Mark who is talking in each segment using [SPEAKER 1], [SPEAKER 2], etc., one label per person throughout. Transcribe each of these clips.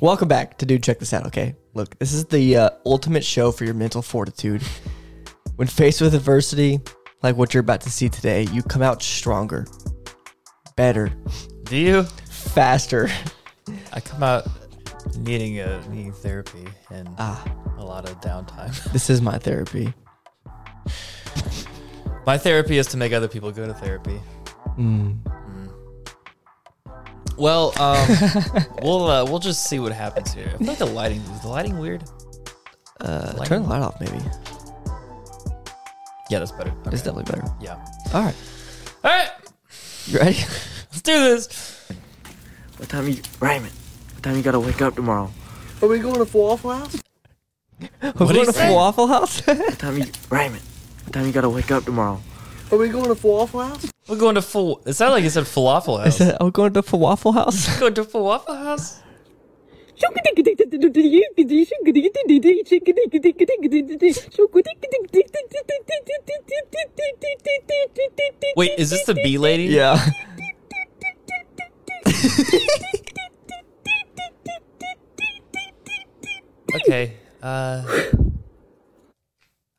[SPEAKER 1] Welcome back to Dude Check This Out. Okay, look, this is the uh, ultimate show for your mental fortitude. When faced with adversity, like what you're about to see today, you come out stronger, better,
[SPEAKER 2] Do you?
[SPEAKER 1] faster.
[SPEAKER 2] I come out needing a needing therapy and
[SPEAKER 1] Ah,
[SPEAKER 2] a lot of downtime.
[SPEAKER 1] this is my therapy.
[SPEAKER 2] My therapy is to make other people go to therapy. Mm. Well, um, we'll uh, we'll just see what happens here. I feel like the lighting is the lighting weird.
[SPEAKER 1] Uh,
[SPEAKER 2] Lighting?
[SPEAKER 1] turn the light off, maybe.
[SPEAKER 2] Yeah, that's better. Okay.
[SPEAKER 1] It's definitely better.
[SPEAKER 2] yeah.
[SPEAKER 1] All right,
[SPEAKER 2] All right,
[SPEAKER 1] you ready?
[SPEAKER 2] let's do this.
[SPEAKER 3] What time you, Raymond? What time you gotta wake up tomorrow?
[SPEAKER 4] Are we going to Waffle House?
[SPEAKER 1] We're
[SPEAKER 2] do you
[SPEAKER 1] going to
[SPEAKER 2] say?
[SPEAKER 1] Waffle House.
[SPEAKER 3] What time you, Raymond? What time you gotta wake up tomorrow?
[SPEAKER 4] Are we going to Waffle House?
[SPEAKER 2] We're going to full. It sounded like you said falafel house.
[SPEAKER 1] Is that- We're going to Waffle House.
[SPEAKER 2] going to falafel house. Wait, is this the bee lady?
[SPEAKER 1] Yeah.
[SPEAKER 2] Okay. Uh,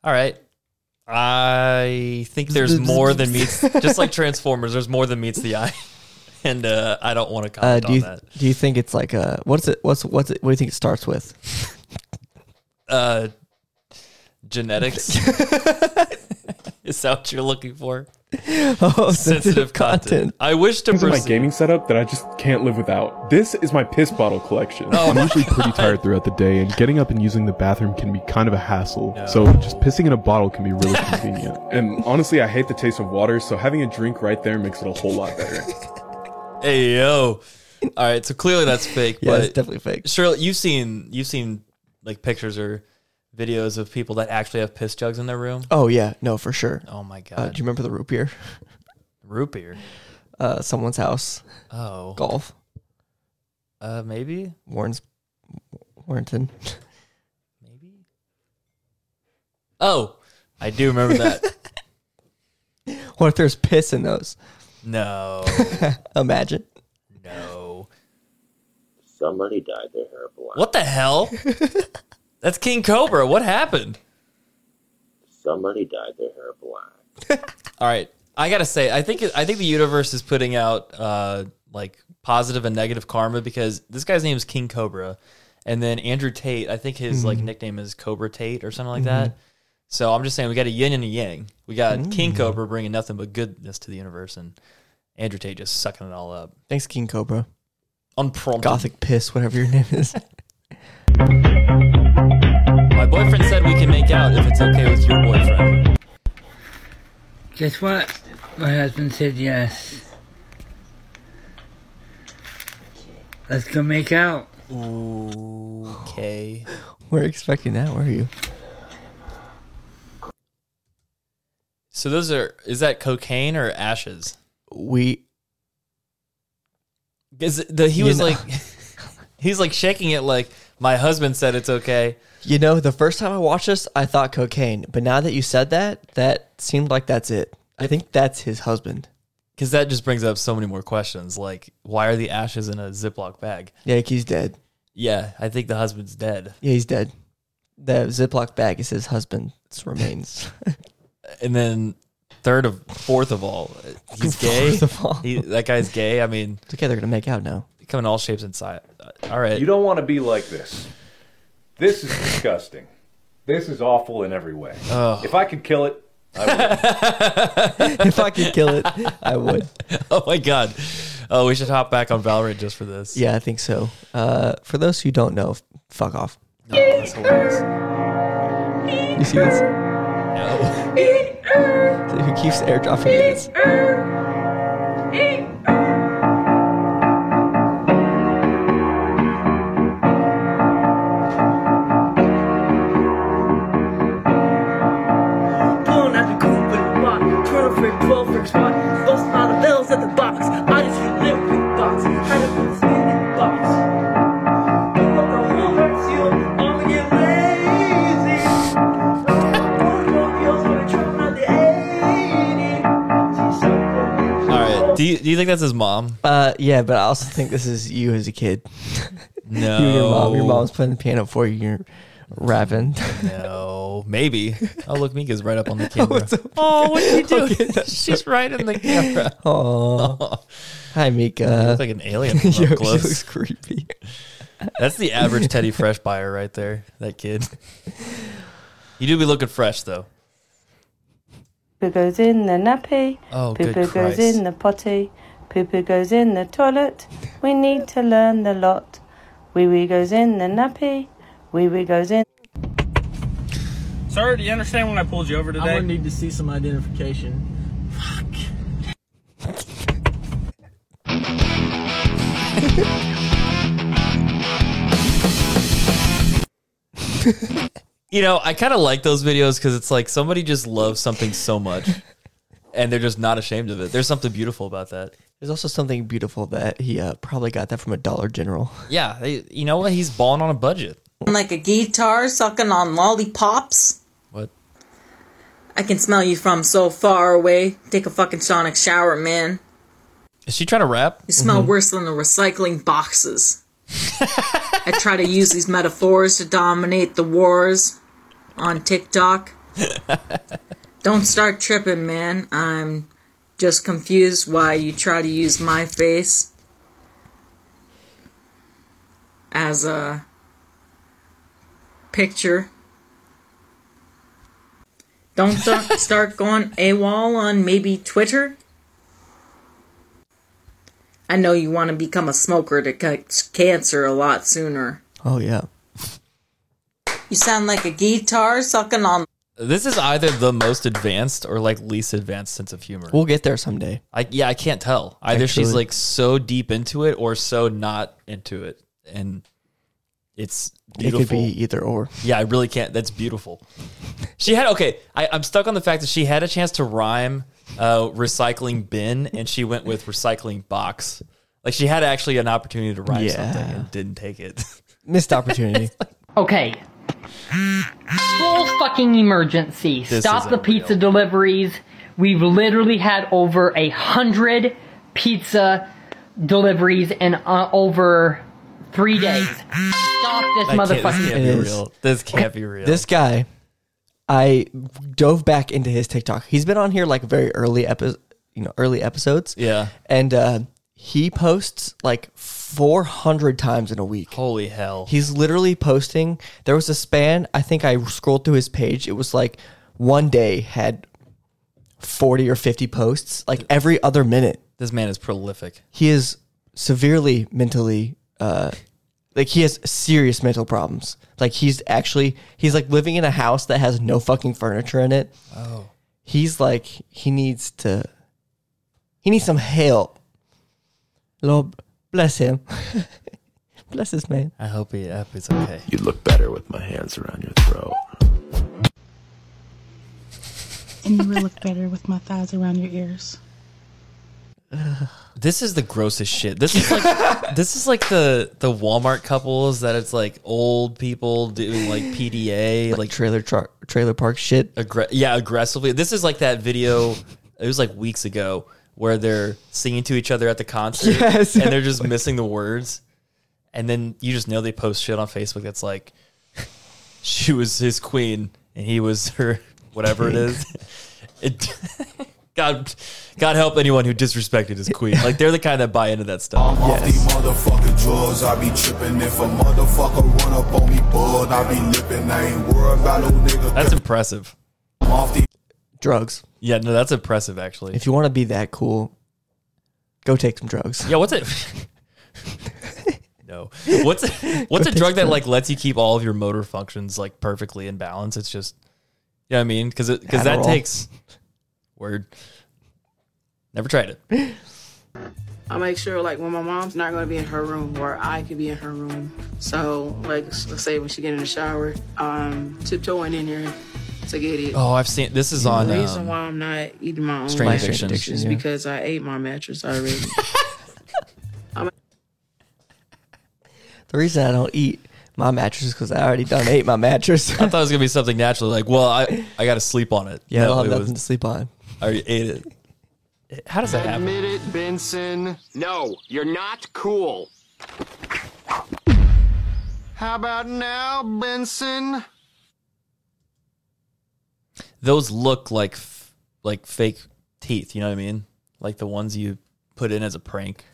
[SPEAKER 2] all right. I think there's more than meets. Just like Transformers, there's more than meets the eye, and uh, I don't want to
[SPEAKER 1] Uh,
[SPEAKER 2] comment
[SPEAKER 1] do you
[SPEAKER 2] on
[SPEAKER 1] do you think it's like a what's it what's what's it, what do you think it starts with?
[SPEAKER 2] that. Uh, genetics. Is that what you're looking for?
[SPEAKER 1] Oh,
[SPEAKER 2] Sensitive content. I wish to
[SPEAKER 5] things in my
[SPEAKER 2] proceed.
[SPEAKER 5] gaming setup that I just can't live without. This is my piss bottle collection. I'm usually pretty tired throughout the day, and getting up and using the bathroom can be kind of a hassle. So just pissing in a bottle can be really convenient. and honestly, I hate the taste of water, so having a drink right there makes it a whole lot better.
[SPEAKER 2] Hey yo. All right, so clearly that's fake.
[SPEAKER 1] Yeah,
[SPEAKER 2] but
[SPEAKER 1] it's definitely fake.
[SPEAKER 2] Shirley, you've seen you've seen like pictures or videos of people that actually have piss jugs in their room.
[SPEAKER 1] Oh yeah, no for sure.
[SPEAKER 2] Oh my god,
[SPEAKER 1] Uh, do you remember the root beer?
[SPEAKER 2] root beer.
[SPEAKER 1] Uh, someone's house
[SPEAKER 2] Oh,
[SPEAKER 1] golf
[SPEAKER 2] uh, maybe,
[SPEAKER 1] Warren's Warrington.
[SPEAKER 2] maybe. Oh, I do remember that.
[SPEAKER 1] What if there's piss in those?
[SPEAKER 2] no,
[SPEAKER 1] Imagine.
[SPEAKER 2] no.
[SPEAKER 6] Somebody dyed their hair black.
[SPEAKER 2] What the hell? That's King Cobra. What happened?
[SPEAKER 6] Somebody dyed their hair black.
[SPEAKER 2] All right, I gotta say, I think I think the universe is putting out uh, like positive and negative karma because this guy's name is King Cobra, and then Andrew Tate. I think his like nickname is Cobra Tate or something like that. So I'm just saying we got a yin and a yang. We got King Cobra bringing nothing but goodness to the universe, and Andrew Tate just sucking it all up.
[SPEAKER 1] Thanks, King Cobra.
[SPEAKER 2] Unprompted.
[SPEAKER 1] Gothic piss, whatever your name is.
[SPEAKER 2] My boyfriend said we can make out if it's okay with your boyfriend.
[SPEAKER 7] Guess what? My husband said yes. Let's go make out.
[SPEAKER 2] Okay.
[SPEAKER 1] We're expecting that. Where are you?
[SPEAKER 2] So those are is that cocaine or ashes?
[SPEAKER 1] We.
[SPEAKER 2] Because the he
[SPEAKER 1] You
[SPEAKER 2] was
[SPEAKER 1] know-
[SPEAKER 2] like, he's like shaking it like my husband said it's okay.
[SPEAKER 1] You know, the first time I watched this, I thought cocaine, but now that you said that, that seemed like that's it. I think that's his husband.
[SPEAKER 2] Because that just brings up so many more questions. Like, why are the ashes in a Ziploc bag?
[SPEAKER 1] Yeah, he's dead.
[SPEAKER 2] Yeah, I think the husband's dead.
[SPEAKER 1] Yeah, he's dead. The Ziploc bag is his husband's remains.
[SPEAKER 2] And then third of fourth of all, he's gay.
[SPEAKER 1] First of all.
[SPEAKER 2] He, that guy's gay. I mean,
[SPEAKER 1] It's okay, they're gonna make out now.
[SPEAKER 2] they come in all shapes and sizes. All right.
[SPEAKER 8] You don't want to be like this. This is disgusting. This is awful in every way. If I could kill it,
[SPEAKER 1] if I could kill it, I would.
[SPEAKER 2] oh my god. Oh, we should hop back on Valorant just for this.
[SPEAKER 1] Yeah, I think so. Uh, for those who don't know, f- fuck off.
[SPEAKER 2] No, that's hilarious.
[SPEAKER 1] You see this?
[SPEAKER 2] No.
[SPEAKER 1] So who keeps airdropping me this?
[SPEAKER 4] Pulling at the coop in the rock. 12 frick, 12 frick spot. Busting all the bells at the box. I just live in the box. Had to put skin in the box. Pull up the whole hurt seal. I'ma get lazy. Four, four girls wanna try out the 80. She's so cool.
[SPEAKER 2] All right. Do you, do you think that's his mom?
[SPEAKER 1] Uh, yeah, but I also think this is you as a kid.
[SPEAKER 2] No.
[SPEAKER 1] You and your mom. Your mom's playing the piano for you. You're rapping.
[SPEAKER 2] No, maybe. Oh, look, Mika's right up on the camera. Oh, what did you do? She's right in the camera.
[SPEAKER 1] Oh, hi Mika.
[SPEAKER 2] Looks like an alien from
[SPEAKER 1] Yo,
[SPEAKER 2] up
[SPEAKER 1] she
[SPEAKER 2] close.
[SPEAKER 1] looks creepy.
[SPEAKER 2] That's the average Teddy Fresh buyer right there. That kid. You do be looking fresh though.
[SPEAKER 9] Poo goes in the nappy.
[SPEAKER 2] Oh,
[SPEAKER 9] Poo
[SPEAKER 2] good
[SPEAKER 9] poo goes
[SPEAKER 2] Christ.
[SPEAKER 9] in the potty. Poo poo goes in the toilet. We need to learn the lot. Wee wee goes in the nappy. Wee wee goes in.
[SPEAKER 10] Sir, do you understand when I pulled you over today?
[SPEAKER 11] I would need to see some identification.
[SPEAKER 2] You know, I kind of like those videos because it's like somebody just loves something so much, and they're just not ashamed of it. There's something beautiful about that.
[SPEAKER 1] There's also something beautiful that he uh, probably got that from a Dollar General.
[SPEAKER 2] Yeah, they, you know what? He's balling on a budget.
[SPEAKER 12] Like a guitar sucking on lollipops.
[SPEAKER 2] What?
[SPEAKER 12] I can smell you from so far away. Take a fucking sonic shower, man.
[SPEAKER 2] Is she trying to rap?
[SPEAKER 12] You smell worse than the recycling boxes. I try to use these metaphors to dominate the wars on TikTok. Don't start tripping, man. I'm just confused why you try to use my face as a picture. Don't th- start going AWOL on maybe Twitter. I know you want to become a smoker to catch cancer a lot sooner.
[SPEAKER 1] Oh yeah.
[SPEAKER 12] You sound like a guitar sucking on.
[SPEAKER 2] This is either the most advanced or like least advanced sense of humor.
[SPEAKER 1] We'll get there someday.
[SPEAKER 2] I yeah, I can't tell. Either she's
[SPEAKER 1] Actually-
[SPEAKER 2] like so deep into it or so not into it, and it's beautiful.
[SPEAKER 1] It could be either or.
[SPEAKER 2] Yeah, I really can't. That's beautiful. She had okay. I, I'm stuck on the fact that she had a chance to rhyme uh, recycling bin, and she went with recycling box. Like she had actually an opportunity to rhyme
[SPEAKER 1] Yeah.
[SPEAKER 2] something and didn't take it.
[SPEAKER 1] Missed opportunity.
[SPEAKER 13] Okay. Full fucking emergency.
[SPEAKER 2] This
[SPEAKER 13] Stop
[SPEAKER 2] isn't
[SPEAKER 13] the pizza deliveries. We've literally had over a hundred pizza deliveries in uh, over three days. Stop this
[SPEAKER 2] That can't- This
[SPEAKER 13] motherfucking.
[SPEAKER 2] can't be
[SPEAKER 1] It is.
[SPEAKER 2] real. This can't be real.
[SPEAKER 1] This guy, I dove back into his TikTok. He's been on here like very early epi- you know, early episodes.
[SPEAKER 2] Yeah.
[SPEAKER 1] And uh, he posts like 400 times in a week.
[SPEAKER 2] Holy hell!
[SPEAKER 1] He's literally posting. There was a span. I think I scrolled through his page. It was like one day had 40 or 50 posts, like every other minute.
[SPEAKER 2] This man is prolific.
[SPEAKER 1] He is severely mentally, uh, like he has serious mental problems. Like he's actually, he's like living in a house that has no fucking furniture in it.
[SPEAKER 2] Oh.
[SPEAKER 1] He's like, he needs to, he needs some help. Lord bless him. bless this man.
[SPEAKER 2] I hope he I hope he's okay.
[SPEAKER 14] You'd look better with my hands around your throat.
[SPEAKER 15] and you will look better with my thighs around your ears.
[SPEAKER 2] This is the grossest shit. This is like this is like the the Walmart couples that it's like old people doing like PDA like,
[SPEAKER 1] trailer truck trailer park shit.
[SPEAKER 2] Aggre- yeah, aggressively. This is like that video. It was like weeks ago where they're singing to each other at the concert
[SPEAKER 1] Yes.
[SPEAKER 2] and they're just missing the words, and then you just know they post shit on Facebook that's like she was his queen and he was her whatever it is. It, God, God help anyone who disrespected his queen. Like they're the kind that buy into that stuff.
[SPEAKER 16] Motherfucking drugs, I be tripping if a motherfucker run up on me, bud. I be nipping, I ain't worried about no nigga.
[SPEAKER 2] That's impressive.
[SPEAKER 16] I'm off the
[SPEAKER 1] Drugs.
[SPEAKER 2] Yeah, no, that's impressive actually.
[SPEAKER 1] If you want to be that cool, go take some drugs.
[SPEAKER 2] Yeah, what's it? no, what's a, what's a drug that like lets you keep all of your motor functions like perfectly in balance? It's just, you know what I mean? Because because that
[SPEAKER 1] Adderall.
[SPEAKER 2] takes word. Never tried it.
[SPEAKER 15] I make sure, like, when my mom's not going to be in her room, or I could be in her room. So, like, s- let's say when she get in the shower, um, tiptoeing in there to get it.
[SPEAKER 2] Oh, I've seen this is on.
[SPEAKER 15] The reason
[SPEAKER 2] Um,
[SPEAKER 15] why I'm not eating my own
[SPEAKER 2] Strain
[SPEAKER 15] mattress
[SPEAKER 2] Addiction.
[SPEAKER 15] is
[SPEAKER 2] Yeah.
[SPEAKER 15] because I ate my mattress already.
[SPEAKER 1] The reason I don't eat my mattress is because I already done ate my mattress.
[SPEAKER 2] I thought it was gonna be something natural, like, well, I I got to sleep on it.
[SPEAKER 1] yeah, I don't have
[SPEAKER 2] it
[SPEAKER 1] nothing
[SPEAKER 2] was-
[SPEAKER 1] to sleep on.
[SPEAKER 2] I already ate it. How does that happen?
[SPEAKER 4] Admit it, Benson. No, you're not cool. How about now, Benson?
[SPEAKER 2] Those look like f- like fake teeth. You know what I mean? Like the ones you put in as a prank.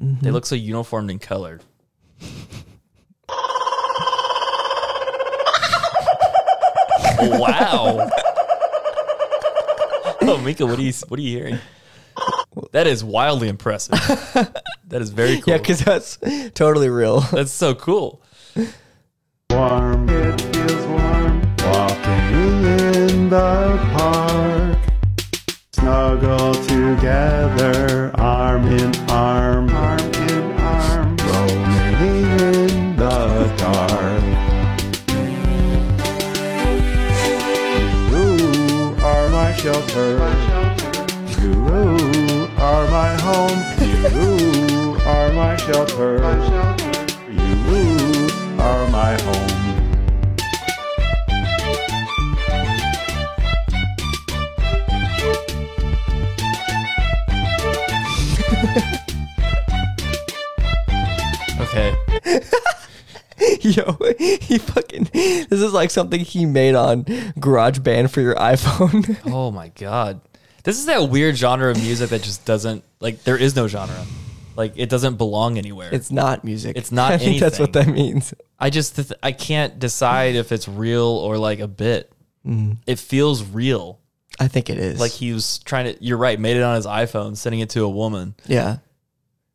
[SPEAKER 2] They look so uniformed and colored. wow. oh, Mika, what are you what are you hearing? That is wildly impressive. that is very cool.
[SPEAKER 1] Yeah, because that's totally real.
[SPEAKER 2] That's so cool.
[SPEAKER 4] Warm. It feels warm. Walking in the park. Snuggle together, arm in arm. Arm in arm. Roaming in the dark. You are my shelter. You are my home. You are my shelter. You are my home.
[SPEAKER 2] Okay.
[SPEAKER 1] Yo, he fucking. This is like something he made on GarageBand for your iPhone.
[SPEAKER 2] Oh my god. This is that weird genre of music that just doesn't like there is no genre. Like it doesn't belong anywhere.
[SPEAKER 1] It's not music.
[SPEAKER 2] It's not
[SPEAKER 1] I think that's what that
[SPEAKER 2] anything.
[SPEAKER 1] means.
[SPEAKER 2] I just th- I can't decide if it's real or like a bit.
[SPEAKER 1] Mm.
[SPEAKER 2] It feels real.
[SPEAKER 1] I think it is.
[SPEAKER 2] Like he was trying to. You're right. Made it on his iPhone, sending it to a woman.
[SPEAKER 1] Yeah.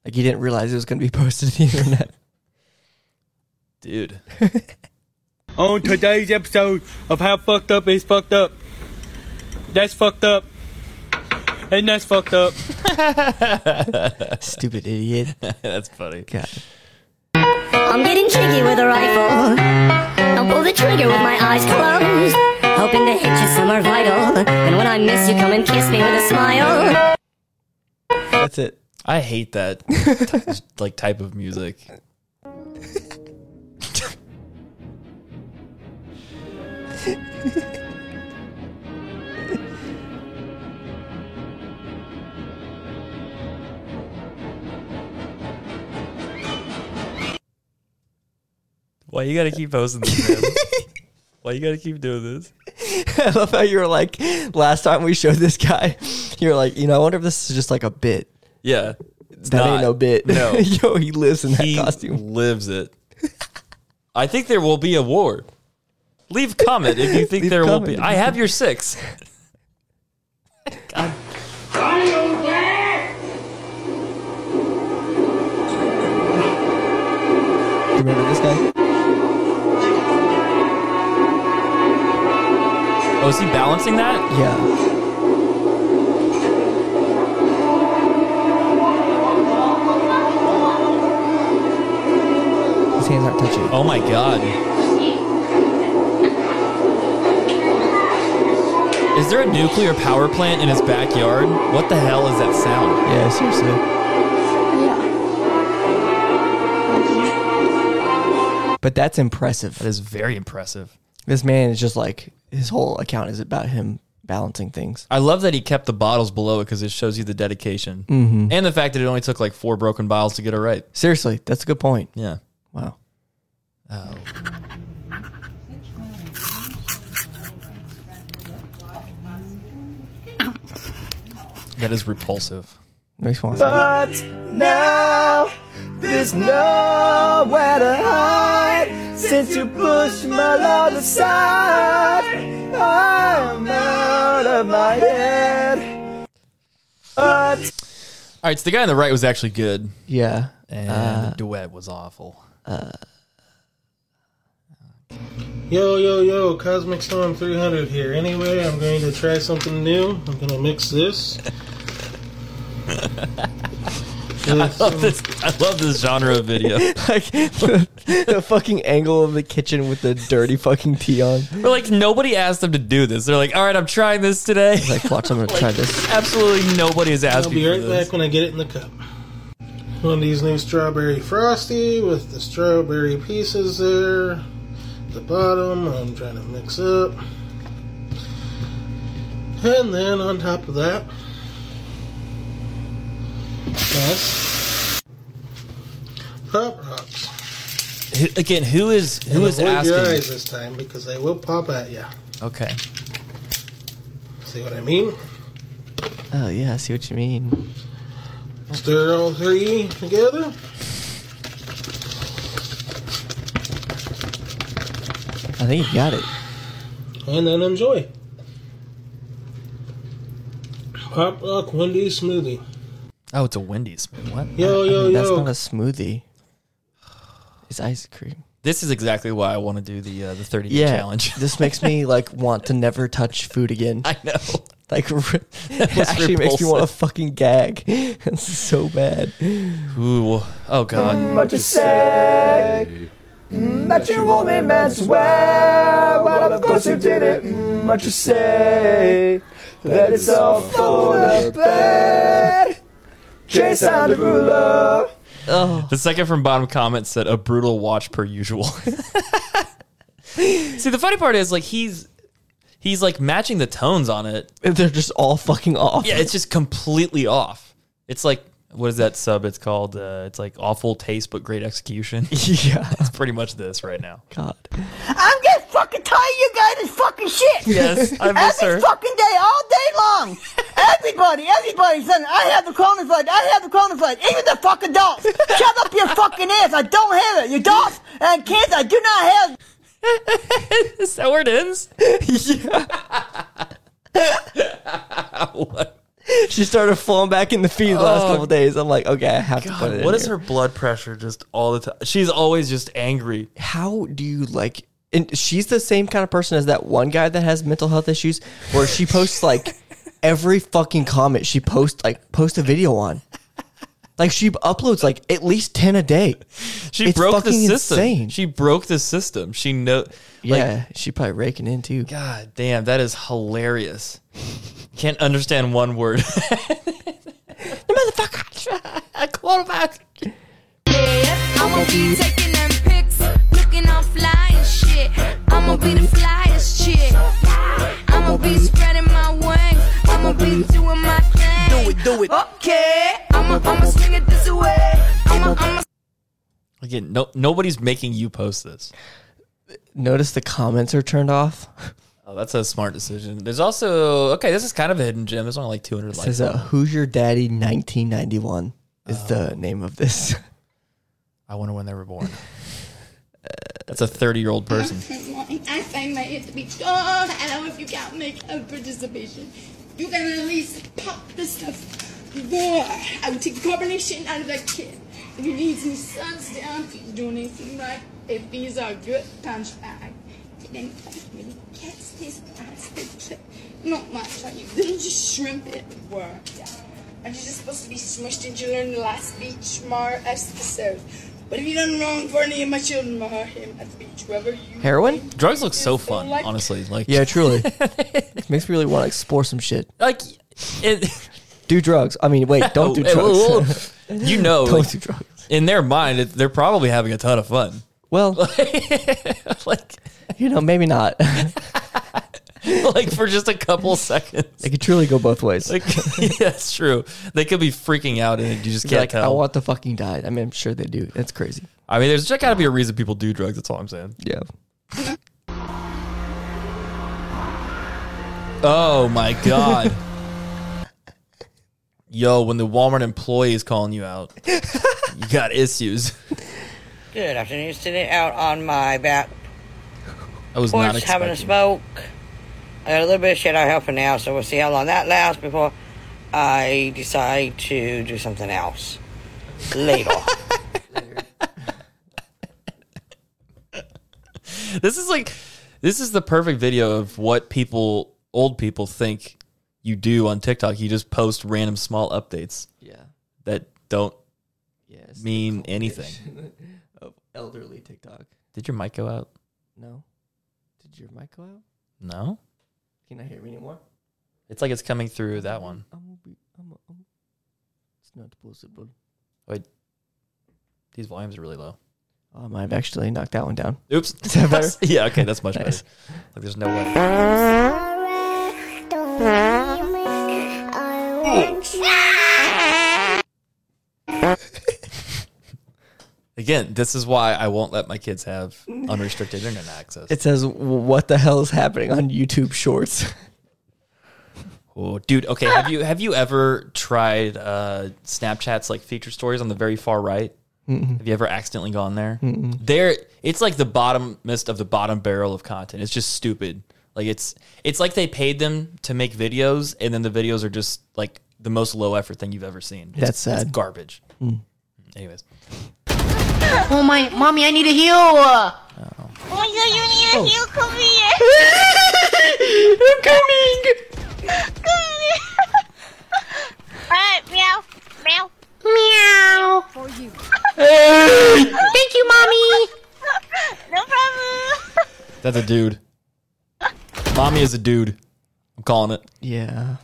[SPEAKER 1] Like he didn't realize it was going to be posted to the internet.
[SPEAKER 2] Dude.
[SPEAKER 17] On today's episode of How Fucked Up Is Fucked Up, that's fucked up, and that's fucked up.
[SPEAKER 1] Stupid idiot.
[SPEAKER 2] that's funny.
[SPEAKER 1] God.
[SPEAKER 18] I'm getting jiggy with a rifle. I'll pull the trigger with my eyes closed. Hoping to hit you somewhere vital. And when I miss, you come and kiss me with a smile.
[SPEAKER 1] That's it.
[SPEAKER 2] I hate that t- like type of music. Why you gotta keep posting this? Man? Why you gotta keep doing this?
[SPEAKER 1] I love how you were like, last time we showed this guy, you were like, you know, I wonder if this is just like a bit.
[SPEAKER 2] Yeah, it's
[SPEAKER 1] that
[SPEAKER 2] not.
[SPEAKER 1] ain't no bit.
[SPEAKER 2] No,
[SPEAKER 1] Yo, he lives in that
[SPEAKER 2] he
[SPEAKER 1] costume.
[SPEAKER 2] lives it. I think there will be a war. Leave comment if you think
[SPEAKER 1] Leave
[SPEAKER 2] there will
[SPEAKER 1] comment.
[SPEAKER 2] be. I have your six.
[SPEAKER 1] You remember this guy?
[SPEAKER 2] Oh, is he balancing that?
[SPEAKER 1] Yeah. His hands aren't touching.
[SPEAKER 2] Oh my god. Is there a nuclear power plant in his backyard? What the hell is that sound?
[SPEAKER 1] Yeah, seriously. But that's impressive. That
[SPEAKER 2] is very impressive.
[SPEAKER 1] This man is just like his whole account is about him balancing things.
[SPEAKER 2] I love that he kept the bottles below it because it shows you the dedication
[SPEAKER 1] Mhm.
[SPEAKER 2] and the fact that it only took like four broken bottles to get it right.
[SPEAKER 1] Seriously, that's a good point.
[SPEAKER 2] Yeah.
[SPEAKER 1] Wow.
[SPEAKER 2] Oh. That is repulsive.
[SPEAKER 1] Next one.
[SPEAKER 4] But now there's nowhere to hide since you pushed my love aside. I'm out of my head. But
[SPEAKER 2] All right, so the guy on the right was actually good.
[SPEAKER 1] Yeah.
[SPEAKER 2] And
[SPEAKER 1] Uh,
[SPEAKER 2] the duet was awful.
[SPEAKER 7] Yo, yo, yo, Cosmic Storm 300 here. Anyway, I'm going to try something new. I'm going to mix this.
[SPEAKER 2] I love this. I love this genre of video.
[SPEAKER 1] like the, the fucking angle of the kitchen with the dirty fucking tea on.
[SPEAKER 2] But like nobody asked them to do this. They're like, all right, I'm trying this today.
[SPEAKER 1] Like, watch, I'm gonna try this.
[SPEAKER 2] Absolutely nobody is
[SPEAKER 7] I'll
[SPEAKER 2] asking
[SPEAKER 7] be right
[SPEAKER 2] for this.
[SPEAKER 7] back when I get it in the cup. One of these new strawberry frosty with the strawberry pieces there. The bottom, I'm trying to mix up. And then on top of that, this, Pop Rocks.
[SPEAKER 2] Who, again, who is
[SPEAKER 19] And
[SPEAKER 2] who is
[SPEAKER 19] avoid
[SPEAKER 2] asking?
[SPEAKER 19] your eyes this time because they will pop at you.
[SPEAKER 2] Okay.
[SPEAKER 19] See what I mean?
[SPEAKER 1] Oh yeah, I see what you mean.
[SPEAKER 19] Stir all three together.
[SPEAKER 1] I think you got it.
[SPEAKER 19] and then enjoy. Pop Rock Wendy's smoothie.
[SPEAKER 2] Oh, it's a Wendy's. What?
[SPEAKER 19] Yo, yo,
[SPEAKER 1] That's
[SPEAKER 19] yo.
[SPEAKER 1] not a smoothie. It's ice cream.
[SPEAKER 2] This is exactly why I want to do the uh, the thirty day
[SPEAKER 1] Yeah,
[SPEAKER 2] challenge.
[SPEAKER 1] this makes me like want to never touch food again.
[SPEAKER 2] I know.
[SPEAKER 1] Like, r- it
[SPEAKER 2] was
[SPEAKER 1] actually makes me
[SPEAKER 2] repulsive.
[SPEAKER 1] want to fucking gag. It's so bad.
[SPEAKER 2] Ooh. Oh God.
[SPEAKER 4] Much Mm, you say that you only meant well, but of course you did it. Much you say that it's all for the bad. Jason Derulo.
[SPEAKER 1] Oh.
[SPEAKER 2] The second from bottom comment said a brutal watch per usual. See, the funny part is like he's he's like matching the tones on it.
[SPEAKER 1] They're just all fucking off.
[SPEAKER 2] Yeah, it's just completely off. It's like what is that sub? It's called uh, it's like awful taste but great execution.
[SPEAKER 1] yeah,
[SPEAKER 2] it's pretty much this right now.
[SPEAKER 1] God.
[SPEAKER 4] I'm getting fucking tired of you guys' fucking shit.
[SPEAKER 2] Yes, I miss
[SPEAKER 4] Every
[SPEAKER 2] her.
[SPEAKER 4] fucking day, all day long. Everybody, everybody's saying, I have the coronavirus, I have the coronavirus. Even the fucking dogs. Shut up your fucking ears. I don't have it. You dogs and kids, I do not have
[SPEAKER 2] Is that where it ends?
[SPEAKER 1] She started falling back in the feed the last
[SPEAKER 2] Oh,
[SPEAKER 1] couple days. I'm like, okay, I have to put
[SPEAKER 2] God,
[SPEAKER 1] it.
[SPEAKER 2] what
[SPEAKER 1] in
[SPEAKER 2] is
[SPEAKER 1] here.
[SPEAKER 2] her blood pressure just all the time? She's always just angry.
[SPEAKER 1] How do you like? And she's the same kind of person as that one guy that has mental health issues, where she posts like every fucking comment she posts, like post a video on. Like she uploads like at least ten a day.
[SPEAKER 2] She
[SPEAKER 1] It's
[SPEAKER 2] broke the
[SPEAKER 1] fucking
[SPEAKER 2] system.
[SPEAKER 1] Insane.
[SPEAKER 2] She broke the system. She know.
[SPEAKER 1] Yeah, she probably raking in too.
[SPEAKER 2] God damn, that is hilarious. Can't understand one word.
[SPEAKER 4] I coronavirus.
[SPEAKER 20] I'ma be taking them pics, looking all fly and shit. I'ma be the flyest chick. I'ma be spreading my wings. I'ma be doing my thing. Do it, do it. Okay. I'ma, I'ma swing it this way. I'ma, I'ma
[SPEAKER 2] Again, no, nobody's making you post this.
[SPEAKER 1] Notice the comments are turned off.
[SPEAKER 2] Oh, that's a smart decision. There's also okay. This is kind of a hidden gem. There's only like 200
[SPEAKER 1] It
[SPEAKER 2] likes.
[SPEAKER 1] says uh, "Who's Your Daddy?" 1991 is the name of this.
[SPEAKER 2] I wonder when they were born. that's a 30 year old person.
[SPEAKER 21] I find my hair to be tall. I know if you can't make a participation, you can at least pop the stuff more. I would take carbonation out of that kid. If he needs me suds down, if he's doing anything right, if these are good punch bag, then I really catch this plastic chip. Not much on you. Then you just shrimp it. Worked out. And you're just supposed to be smushed and children in the last beach mar episode. But if you done wrong for any of my children, mar him at the beach, wherever you
[SPEAKER 1] Heroin?
[SPEAKER 2] Drugs look so fun, honestly. Like
[SPEAKER 1] Yeah, truly. it makes me really want to explore some shit.
[SPEAKER 2] Like, it,
[SPEAKER 1] Do drugs. I mean, Oh, wait, don't do
[SPEAKER 2] Hey, whoa, whoa.
[SPEAKER 1] drugs.
[SPEAKER 2] you know,
[SPEAKER 1] Don't
[SPEAKER 2] like,
[SPEAKER 1] do drugs.
[SPEAKER 2] in their mind, it, they're probably having a ton of fun.
[SPEAKER 1] Well,
[SPEAKER 2] like,
[SPEAKER 1] you know, maybe not. it
[SPEAKER 2] like for just a couple seconds.
[SPEAKER 1] could truly go both ways.
[SPEAKER 2] Like, yeah, it's true. They could be freaking out, and you just
[SPEAKER 1] Be
[SPEAKER 2] can't
[SPEAKER 1] like, I
[SPEAKER 2] tell.
[SPEAKER 1] want to fucking die. I mean, I'm sure they do. That's crazy.
[SPEAKER 2] I mean, there's just got to be a reason people do drugs. That's all I'm saying.
[SPEAKER 1] Yeah.
[SPEAKER 2] Oh my god. Yo, when the Walmart employee is calling you out, you got issues.
[SPEAKER 22] Good afternoon. Sitting out on my back
[SPEAKER 2] I was
[SPEAKER 22] porch
[SPEAKER 2] not
[SPEAKER 22] having a
[SPEAKER 2] expecting.
[SPEAKER 22] smoke. I got a little bit of shit out helping now, so we'll see how long that lasts before I decide to do something else later.
[SPEAKER 2] This is like, this is the perfect video of what people, old people, think you do on TikTok. You just post random small updates.
[SPEAKER 1] Yeah.
[SPEAKER 2] That don't mean anything.
[SPEAKER 1] Of elderly TikTok.
[SPEAKER 2] Did your mic go out?
[SPEAKER 1] No. Did your mic go out?
[SPEAKER 2] No.
[SPEAKER 1] Can I hear me anymore?
[SPEAKER 2] It's like it's coming through that one.
[SPEAKER 1] It's not possible.
[SPEAKER 2] Wait, these volumes are really low.
[SPEAKER 1] I might have um, actually knocked that one down.
[SPEAKER 2] Oops.
[SPEAKER 1] Is that better?
[SPEAKER 2] yeah. Okay, that's much
[SPEAKER 1] Nice.
[SPEAKER 2] better. Like, there's no way. Again, this is why I won't let my kids have unrestricted internet access.
[SPEAKER 1] It says, "What the hell is happening on YouTube Shorts?"
[SPEAKER 2] Oh, dude. Okay, have you have you ever tried uh, Snapchat's like feature stories on the very far right?
[SPEAKER 1] Mm-mm.
[SPEAKER 2] Have you ever accidentally gone there?
[SPEAKER 1] Mm-mm.
[SPEAKER 2] There, it's like the bottomest of the bottom barrel of content. It's just stupid. Like it's it's like they paid them to make videos, and then the videos are just like the most low effort thing you've ever seen. It's-
[SPEAKER 1] That's sad.
[SPEAKER 2] It's garbage.
[SPEAKER 1] Mm.
[SPEAKER 2] Anyways,
[SPEAKER 3] Oh my, mommy, I need a heal. Oh,
[SPEAKER 5] yeah, you need a heal. Come here. I'm coming. Come here. Alright, meow, meow, meow. For you. Thank you, mommy. No problem.
[SPEAKER 2] that's a dude. Mommy is a dude. I'm calling it.
[SPEAKER 1] Yeah,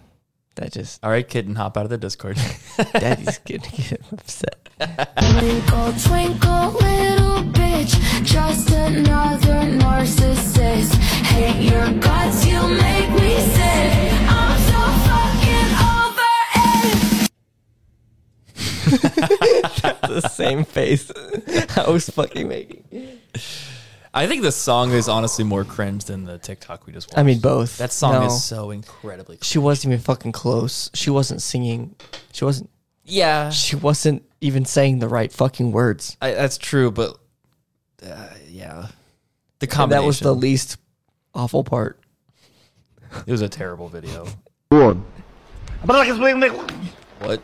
[SPEAKER 1] that just
[SPEAKER 2] all right, kitten. Hop out of the Discord.
[SPEAKER 1] Daddy's gonna get upset.
[SPEAKER 23] Twinkle, twinkle, little bitch. Just another narcissist. Hate your guts, you make me sick. I'm so fucking over it.
[SPEAKER 1] the same face I was fucking making.
[SPEAKER 2] I think the song is honestly more cringe than the TikTok we just watched.
[SPEAKER 1] I mean, both.
[SPEAKER 2] That song
[SPEAKER 1] No.
[SPEAKER 2] is so incredibly.
[SPEAKER 1] She wasn't even fucking close. She wasn't singing. She wasn't.
[SPEAKER 2] Yeah.
[SPEAKER 1] She wasn't even saying the right fucking words.
[SPEAKER 2] I, that's true, but uh, yeah, the
[SPEAKER 1] And
[SPEAKER 2] combination.
[SPEAKER 1] that was the least awful part.
[SPEAKER 2] It was a terrible video.
[SPEAKER 1] One.
[SPEAKER 2] What?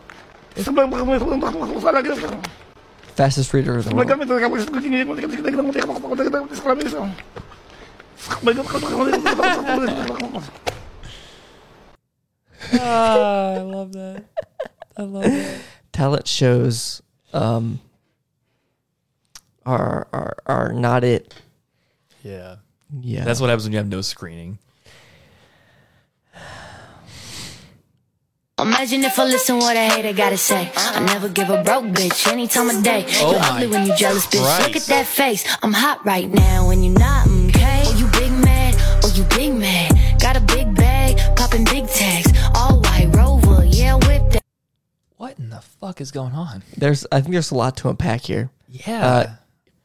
[SPEAKER 1] Fastest reader of the world.
[SPEAKER 2] I love that. I love that.
[SPEAKER 1] Talent shows um, are, are are not it.
[SPEAKER 2] Yeah.
[SPEAKER 1] Yeah.
[SPEAKER 2] That's what happens when you have no screening.
[SPEAKER 23] Imagine if I listen what a hater gotta say. I never give a broke bitch any time of day.
[SPEAKER 5] Oh
[SPEAKER 23] you
[SPEAKER 5] my
[SPEAKER 23] ugly when you jealous, bitch. Look at
[SPEAKER 5] Christ.
[SPEAKER 23] that face. I'm hot right now when you not, okay? Oh, you big mad? Oh, you big mad? Got a big bag, popping big tags. All white rover, yeah, whip that.
[SPEAKER 2] What in the fuck is going on?
[SPEAKER 1] There's I think there's a lot to unpack here.
[SPEAKER 2] Yeah.
[SPEAKER 1] Uh,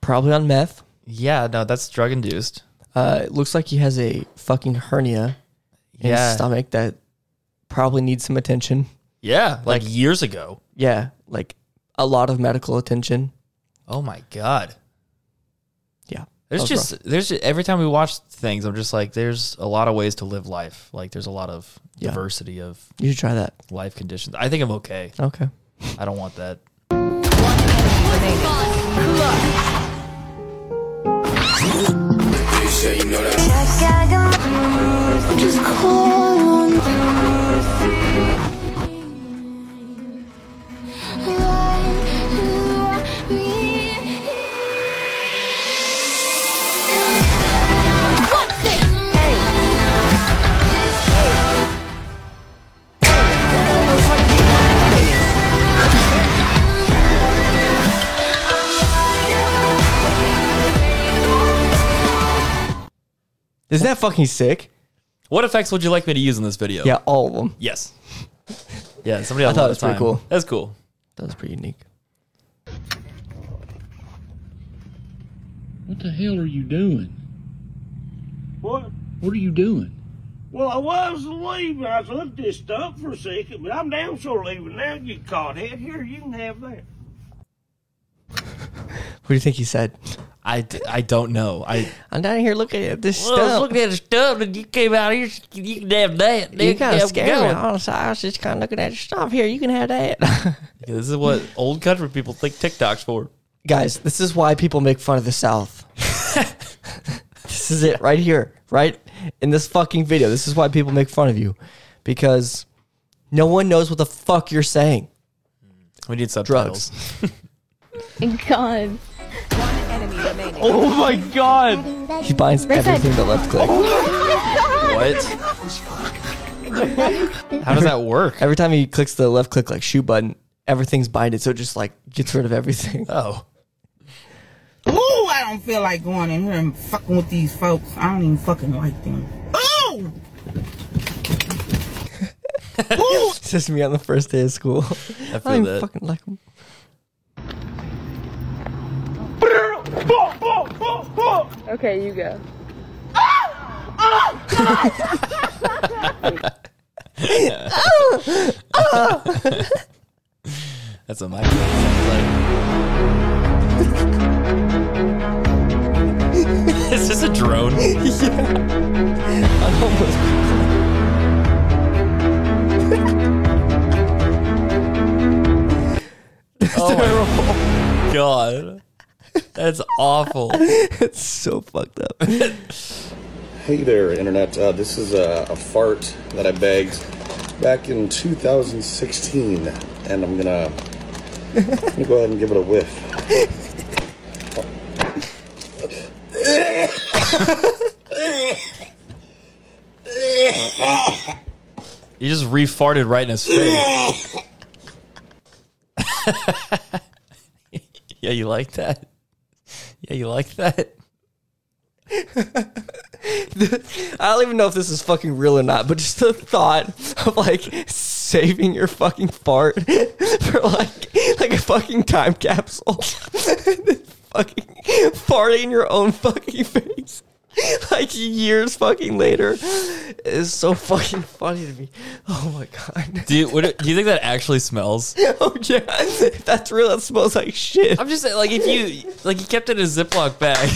[SPEAKER 1] probably on meth.
[SPEAKER 2] Yeah, no, that's drug induced.
[SPEAKER 1] Uh, it looks like he has a fucking hernia in
[SPEAKER 2] Yeah.
[SPEAKER 1] his stomach that probably needs some attention.
[SPEAKER 2] Yeah, like, years ago.
[SPEAKER 1] Yeah, like a lot of medical attention.
[SPEAKER 2] Oh my god.
[SPEAKER 1] Yeah.
[SPEAKER 2] There's
[SPEAKER 1] that was
[SPEAKER 2] just
[SPEAKER 1] rough.
[SPEAKER 2] there's just, every time we watch things, I'm just like, there's a lot of ways to live life. Like there's a lot of
[SPEAKER 1] Yeah.
[SPEAKER 2] diversity of
[SPEAKER 1] You should try that.
[SPEAKER 2] life conditions. I think I'm okay.
[SPEAKER 1] Okay.
[SPEAKER 2] I don't want that.
[SPEAKER 5] Just call on
[SPEAKER 1] Isn't that fucking sick?
[SPEAKER 2] What effects would you like me to use in this video?
[SPEAKER 1] Yeah, all of them.
[SPEAKER 2] Yes. Yeah, somebody else.
[SPEAKER 1] I thought it was pretty cool.
[SPEAKER 2] That's cool.
[SPEAKER 1] That was pretty unique.
[SPEAKER 24] What the hell are you doing?
[SPEAKER 25] What?
[SPEAKER 24] What are you doing?
[SPEAKER 25] Well, I was leaving. I was looking at this stuff for a second, but I'm damn sure leaving now. You caught it. Here, you can have that.
[SPEAKER 1] What do you think he said?
[SPEAKER 2] I, d- I don't know. I
[SPEAKER 1] I'm down here looking at this
[SPEAKER 4] Well, I was
[SPEAKER 1] stuff.
[SPEAKER 4] looking
[SPEAKER 2] at this stuff, and you came out here. You can have that.
[SPEAKER 1] You kind of
[SPEAKER 4] have
[SPEAKER 1] scared me.
[SPEAKER 4] going.
[SPEAKER 1] Honestly, I was just kind of looking at your stuff. Here, you can have that.
[SPEAKER 2] Yeah, this is what old country people think TikToks for.
[SPEAKER 1] Guys, this is why people make fun of the South. this is it right here, right in this fucking video. This is why people make fun of you because no one knows what the fuck you're saying.
[SPEAKER 2] We need
[SPEAKER 1] subtitles.
[SPEAKER 5] God.
[SPEAKER 1] Oh my god! He binds everything but left click.
[SPEAKER 2] How does that work?
[SPEAKER 1] Every time he clicks the left click like shoe button, everything's binded, so it just like gets rid of everything.
[SPEAKER 2] Oh.
[SPEAKER 15] Ooh, I don't feel like going in here and fucking with these folks. I don't even fucking like them. Ooh!
[SPEAKER 1] it's just me on the first day of school. I,
[SPEAKER 15] feel
[SPEAKER 1] don't even
[SPEAKER 15] that.
[SPEAKER 1] fucking like him.
[SPEAKER 6] Okay, you go.
[SPEAKER 2] That's what my sounds like. Is this a drone? oh my god. That's awful.
[SPEAKER 1] it's so fucked up.
[SPEAKER 7] Hey there, Internet. Uh, this is a, a fart that I begged back in 2016, and I'm gonna, I'm gonna go ahead and give it a whiff.
[SPEAKER 2] You just refarted right in his face. yeah, you like that? Yeah, you like that?
[SPEAKER 1] I don't even know if this is fucking real or not, but just the thought of like saving your fucking fart for like like a fucking time capsule, fucking farting in your own fucking face, like years fucking later, is so fucking funny to me. Oh my god.
[SPEAKER 2] Do you what, do you think that actually smells?
[SPEAKER 1] Oh yeah, if that's real, that smells like shit.
[SPEAKER 2] I'm just saying, like if you like you kept it in a Ziploc bag,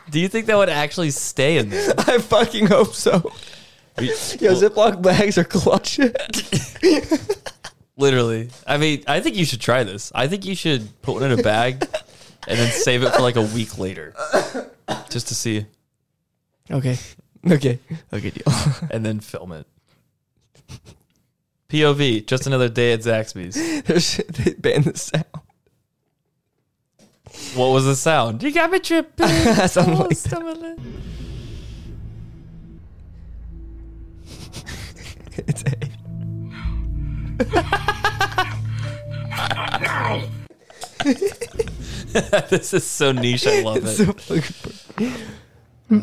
[SPEAKER 2] do you think that would actually stay in there?
[SPEAKER 1] I fucking hope so. Yo, Ziploc bags are clutch.
[SPEAKER 2] Literally. I mean, I think you should try this. I think you should put one in a bag and then save it for like a week later. Just to see.
[SPEAKER 1] okay, okay, okay, deal.
[SPEAKER 2] and then film it. POV, just another day at Zaxby's.
[SPEAKER 1] they banned the sound.
[SPEAKER 2] What was the sound? You got me tripping.
[SPEAKER 1] Something like that.
[SPEAKER 2] that.
[SPEAKER 1] It's a.
[SPEAKER 2] this is so niche. I love
[SPEAKER 1] It's
[SPEAKER 2] it.
[SPEAKER 1] so fucking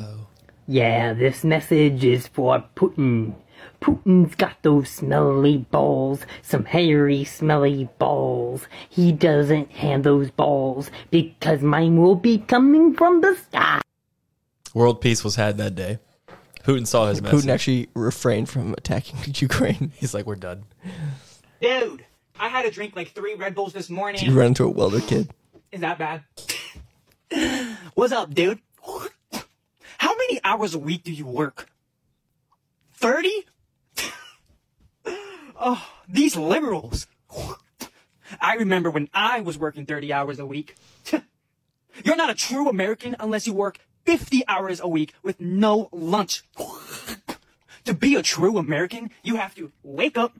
[SPEAKER 26] Yeah, this message is for Putin. Putin's got those smelly balls, some hairy, smelly balls. He doesn't have those balls because mine will be coming from the sky.
[SPEAKER 2] World peace was had that day. Putin saw his message.
[SPEAKER 1] Putin actually refrained from attacking Ukraine.
[SPEAKER 2] He's like, we're done.
[SPEAKER 8] Dude, I had to drink like three Red Bulls this morning.
[SPEAKER 1] Did you run into a welder kid?
[SPEAKER 8] Is that bad? What's up, dude? How many hours a week do you work? 30? oh, these liberals. I remember when I was working 30 hours a week. You're not a true American unless you work 50 hours a week with no lunch. to be a true American, you have to wake up,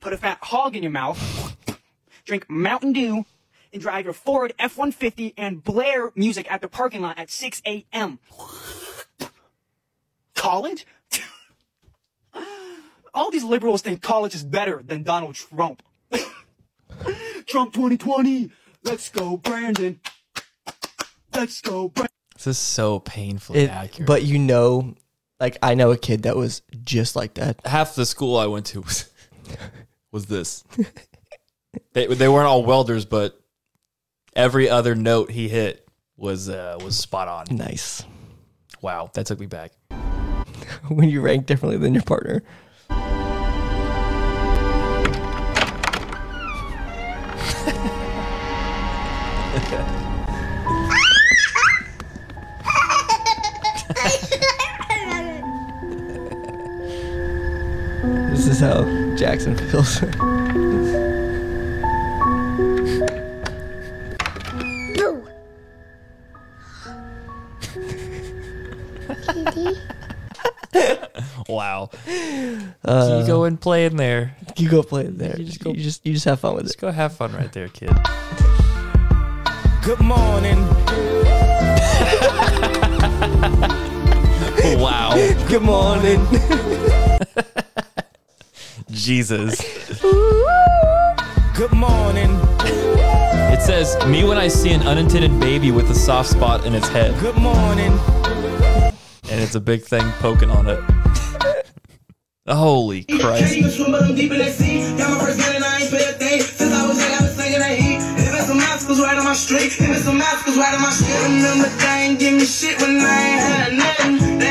[SPEAKER 8] put a fat hog in your mouth, drink Mountain Dew, and drive your Ford F 150 and blare music at the parking lot at 6 a.m. College? All these liberals think college is better than Donald Trump. Trump 2020, let's go, Brandon. Let's go, Brandon.
[SPEAKER 2] This is so painfully
[SPEAKER 1] It-
[SPEAKER 2] accurate.
[SPEAKER 1] but you know, like I know a kid that was just like that.
[SPEAKER 2] half the school I went to was, was this. they they weren't all welders, but every other note he hit was uh, was spot on.
[SPEAKER 1] Nice.
[SPEAKER 2] Wow, that took me back.
[SPEAKER 1] when you rank differently than your partner. This is how Jackson feels.
[SPEAKER 5] No. Kitty.
[SPEAKER 2] Wow. Can
[SPEAKER 1] Uh,
[SPEAKER 2] you go and play in there.
[SPEAKER 1] You go play in there.
[SPEAKER 2] You
[SPEAKER 1] You
[SPEAKER 2] just
[SPEAKER 1] just,
[SPEAKER 2] go-
[SPEAKER 1] you just have fun with
[SPEAKER 2] Just
[SPEAKER 1] it.
[SPEAKER 2] go have fun right there, kid.
[SPEAKER 4] Good morning.
[SPEAKER 2] wow.
[SPEAKER 1] Good morning.
[SPEAKER 2] Jesus.
[SPEAKER 4] Good morning.
[SPEAKER 2] It says, Me when I see an unintended baby with a soft spot in its head.
[SPEAKER 4] Good morning.
[SPEAKER 2] And it's a big thing poking on it. Holy Christ.
[SPEAKER 4] Can't even swim, but I'm deep in that sea. Got my first gun and I ain't paid a thing. Since I was young, I've been slinging that heat. And there's some obstacles right on my street. And there's some obstacles right on my street. Remember, they ain't give me shit when I ain't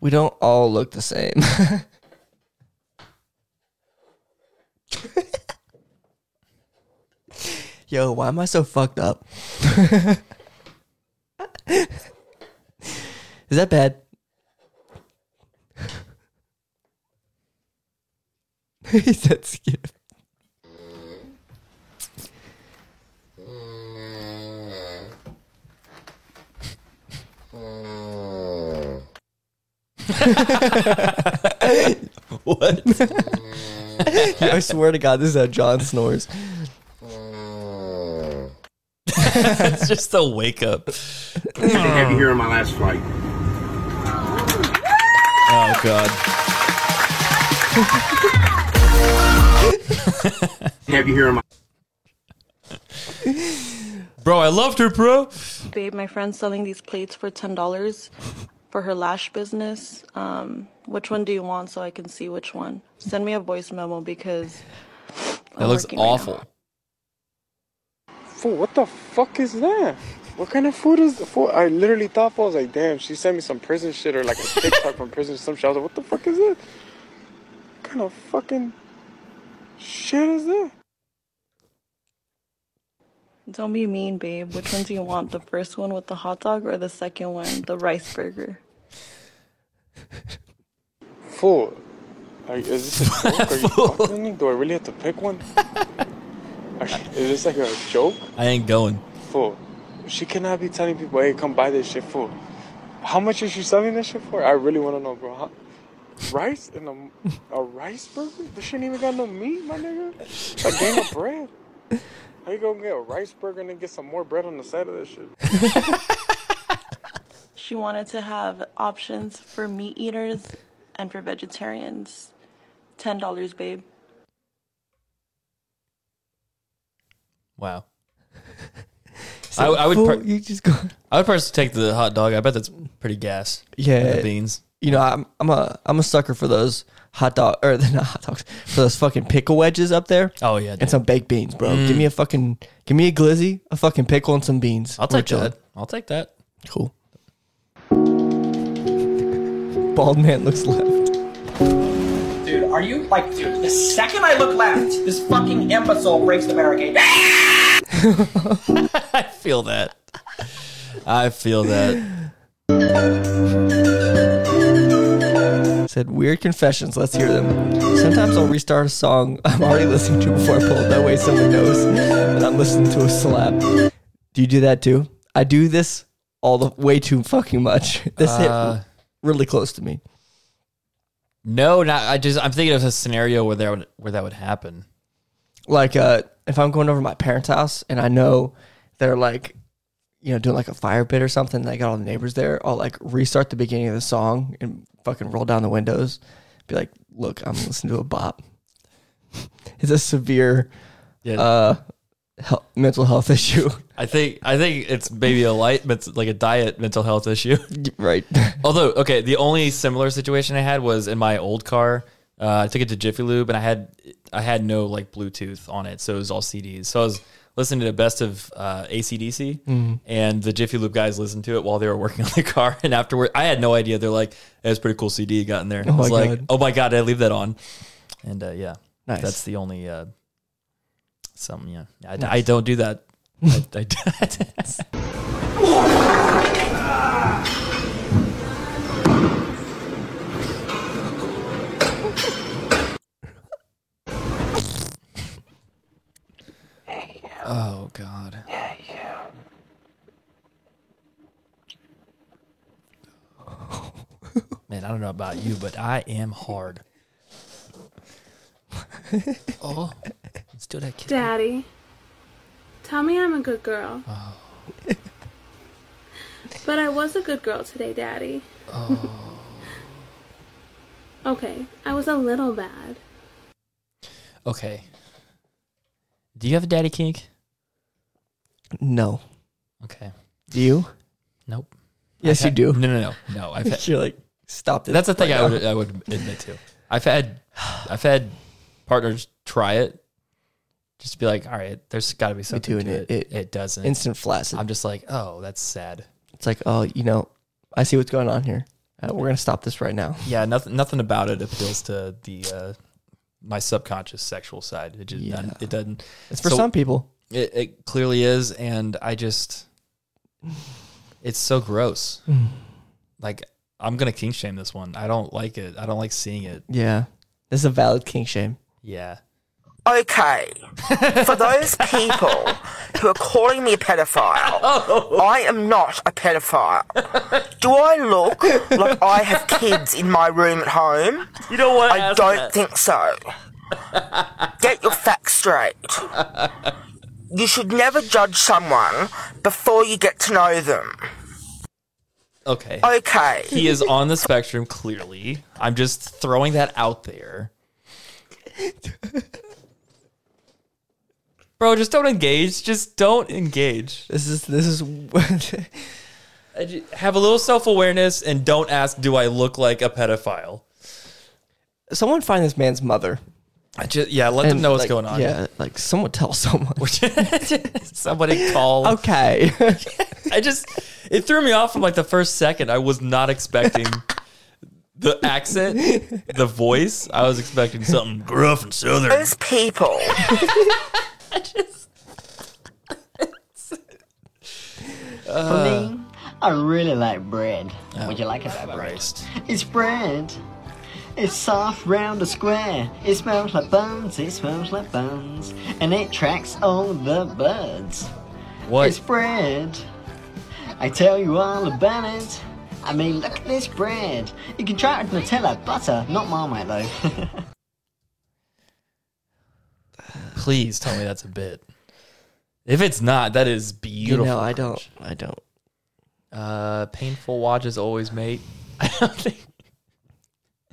[SPEAKER 1] We don't all look the same. Yo, why am I so fucked up? Is that bad? he said skip.
[SPEAKER 2] what?
[SPEAKER 1] Yo, I swear to God, this is how John snores.
[SPEAKER 2] it's just a wake up.
[SPEAKER 25] I have you here on my last flight.
[SPEAKER 2] Oh god.
[SPEAKER 25] Have you here on my
[SPEAKER 2] Bro, I loved her, bro.
[SPEAKER 6] Babe, my friend's selling these plates for ten dollars for her lash business. Um, which one do you want so I can see which one? Send me a voice memo because
[SPEAKER 2] That looks
[SPEAKER 6] working right now.
[SPEAKER 2] awful.
[SPEAKER 27] Fool, what the fuck is that? What kind of food is the fool? I literally thought I was like, damn, she sent me some prison shit or like a TikTok from prison or some shit. I was like, what the fuck is that? What kind of fucking shit is that?
[SPEAKER 6] don't be mean, babe. Which one do you want? The first one with the hot dog or the second one, the rice burger?
[SPEAKER 27] Fool. Like, is this a joke? Are you fucking me? Do I really have to pick one? Are- Is this like a joke?
[SPEAKER 2] I ain't going.
[SPEAKER 27] Fool. She cannot be telling people, hey, come buy this shit, fool. How much is she selling this shit for? I really want to know, bro. How- rice and a, a rice burger? This shit ain't even got no meat, my nigga. It's a game of bread. How you gonna get a rice burger and then get some more bread on the side of this shit?
[SPEAKER 6] She wanted to have options for meat eaters and for vegetarians. Ten dollars, babe.
[SPEAKER 2] Wow. I,
[SPEAKER 1] So,
[SPEAKER 2] I would.
[SPEAKER 1] fool,
[SPEAKER 2] per-
[SPEAKER 1] you just go.
[SPEAKER 2] I would personally take the hot dog. I bet that's pretty gas.
[SPEAKER 1] Yeah,
[SPEAKER 2] And the beans.
[SPEAKER 1] You know, I'm I'm a I'm a sucker for those hot dog or not hot dogs for those fucking pickle wedges up there.
[SPEAKER 2] Oh yeah,
[SPEAKER 1] and some baked beans, bro. Give
[SPEAKER 2] Mm.
[SPEAKER 1] me a fucking give me a glizzy, a fucking pickle, and some beans.
[SPEAKER 2] I'll
[SPEAKER 1] We're
[SPEAKER 2] take
[SPEAKER 1] chilling.
[SPEAKER 2] that. I'll take that.
[SPEAKER 1] Cool. Bald man looks left.
[SPEAKER 28] Dude, are you like, dude? The second I look left, this fucking imbecile breaks the barricade.
[SPEAKER 2] I feel that. I feel that.
[SPEAKER 1] Said weird confessions. Let's hear them. Sometimes I'll restart a song I'm already listening to before I pull it. That way someone knows that I'm listening to a slap. Do you do that too? I do this all the way too fucking much. This
[SPEAKER 2] Uh,
[SPEAKER 1] hit really close to me.
[SPEAKER 2] No, not. I just. I'm thinking of a scenario where that would where that would happen.
[SPEAKER 1] like uh if I'm going over to my parents' house and I know they're like you know doing like a fire pit or something and I got all the neighbors there, I'll like restart the beginning of the song and fucking roll down the windows. Be like, look, I'm listening to a bop. It's a severe
[SPEAKER 2] Yeah.
[SPEAKER 1] uh hel- mental health issue.
[SPEAKER 2] I think I think it's maybe a light, but like a diet mental health issue,
[SPEAKER 1] right?
[SPEAKER 2] Although, okay, the only similar situation I had was in my old car. Uh, I took it to Jiffy Lube, and I had I had no like Bluetooth on it, so it was all CDs. So I was listening to best of uh, ACDC,
[SPEAKER 1] Mm-hmm.
[SPEAKER 12] Mhm.
[SPEAKER 2] and the Jiffy Lube guys listened to it while they were working on the car. And afterward, I had no idea. They're like, "That's was a pretty cool CD you got in there." And
[SPEAKER 1] Oh
[SPEAKER 2] I was
[SPEAKER 1] my
[SPEAKER 2] like,
[SPEAKER 1] God.
[SPEAKER 2] "Oh my god, I leave that on." And uh, yeah,
[SPEAKER 1] Nice.
[SPEAKER 2] That's the only uh, some yeah. I, I
[SPEAKER 1] Nice.
[SPEAKER 2] don't do that. I, I do- Oh God. Yeah, yeah. Man, I don't know about you, but I am hard. oh, let's do that.
[SPEAKER 29] Daddy, tell me I'm a good girl. but I was a good girl today, Daddy. okay, I was a little bad.
[SPEAKER 2] Okay. Do you have a daddy kink?
[SPEAKER 1] No.
[SPEAKER 2] Okay.
[SPEAKER 1] Do you?
[SPEAKER 2] Nope.
[SPEAKER 1] Yes,
[SPEAKER 2] I've
[SPEAKER 1] you
[SPEAKER 2] had-
[SPEAKER 1] do.
[SPEAKER 2] No, no, no, no. I've had,
[SPEAKER 1] You're like stop it.
[SPEAKER 2] That's the thing
[SPEAKER 1] right
[SPEAKER 2] I would
[SPEAKER 1] now.
[SPEAKER 2] I would admit to. I've had I've had partners try it, just be like, all right, there's got to be something
[SPEAKER 1] too,
[SPEAKER 2] to
[SPEAKER 1] and
[SPEAKER 2] it. It, doesn't
[SPEAKER 1] instant flaccid.
[SPEAKER 2] I'm just like, oh, that's sad.
[SPEAKER 1] It's like, oh, you know, I see what's going on here. Uh, we're gonna stop this right now.
[SPEAKER 2] Yeah, nothing nothing about it appeals to the uh, my subconscious sexual side. It just doesn't- it doesn't.
[SPEAKER 1] It's for some people.
[SPEAKER 2] It, it clearly is, and I just it's so gross.
[SPEAKER 1] Mm.
[SPEAKER 2] like I'm gonna king shame this one. I don't like it. I don't like seeing it.
[SPEAKER 1] Yeah, this is a valid king shame.
[SPEAKER 2] Yeah.
[SPEAKER 12] Okay. For those people who are calling me a pedophile, I am not a pedophile. Do I look like I have kids in my room at home? You
[SPEAKER 2] don't want
[SPEAKER 12] I
[SPEAKER 2] ask
[SPEAKER 12] don't
[SPEAKER 2] that.
[SPEAKER 12] think so. Get your facts straight. You should never judge someone before you get to know them.
[SPEAKER 2] Okay.
[SPEAKER 12] Okay.
[SPEAKER 2] He is on the spectrum. Clearly, I'm just throwing that out there. Bro, just don't engage. Just don't engage.
[SPEAKER 1] This is this is
[SPEAKER 2] have a little self awareness and don't ask, "Do I look like a pedophile?"
[SPEAKER 1] Someone find this man's mother.
[SPEAKER 2] I just yeah, let them know what's going on.
[SPEAKER 1] Yeah, like someone tell someone.
[SPEAKER 2] Somebody call.
[SPEAKER 1] okay.
[SPEAKER 2] I just it threw me off from like the first second. I was not expecting the accent, the voice. I was expecting something gruff and southern.
[SPEAKER 12] Those people.
[SPEAKER 30] For me, I really like bread. Would you like it that bread? It's bread. It's soft, round, and square. It smells like buns. It smells like buns, and it tracks all the birds.
[SPEAKER 2] What?
[SPEAKER 30] It's bread. I tell you all about it. I mean, look at this bread. You can try it with Nutella, butter, not Marmite though.
[SPEAKER 2] Please tell me that's a bit. If it's not, that is beautiful.
[SPEAKER 1] I
[SPEAKER 2] don't. I don't. Uh, painful watches always, mate. I don't think.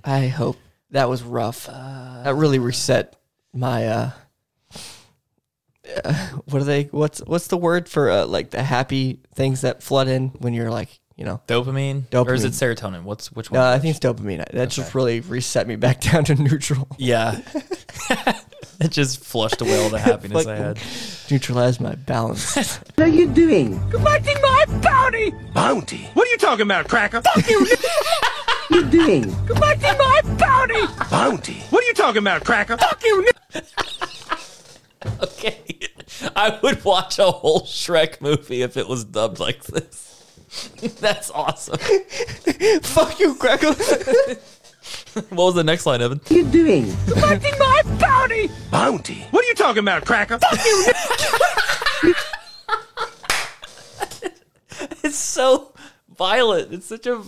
[SPEAKER 1] I hope that was rough. Uh, that really reset my uh, uh, what are they what's what's the word for uh, like the happy things that flood in when you're like, you know,
[SPEAKER 2] Dopamine?
[SPEAKER 1] Dopamine.
[SPEAKER 2] Or is it serotonin? What's which one?
[SPEAKER 1] No, I think it's dopamine. That just really reset me back down to neutral.
[SPEAKER 2] Yeah. it just flushed away all the happiness I
[SPEAKER 1] Fucking
[SPEAKER 2] had.
[SPEAKER 1] Neutralize my balance.
[SPEAKER 30] what are you doing?
[SPEAKER 4] Collecting my bounty!
[SPEAKER 1] Bounty.
[SPEAKER 4] What are you talking about, Cracker? Fuck you!
[SPEAKER 30] you doing?
[SPEAKER 4] Collecting my bounty!
[SPEAKER 30] Bounty.
[SPEAKER 4] What are you talking about, Cracker? Fuck you!
[SPEAKER 2] I would watch a whole Shrek movie if it was dubbed like this. That's awesome.
[SPEAKER 1] Fuck you, Cracker.
[SPEAKER 2] what was the next line, Evan?
[SPEAKER 30] you doing?
[SPEAKER 4] Collecting my bounty!
[SPEAKER 2] Bounty.
[SPEAKER 4] What are you talking about, Cracker? Fuck you!
[SPEAKER 2] It's so violent. It's such a.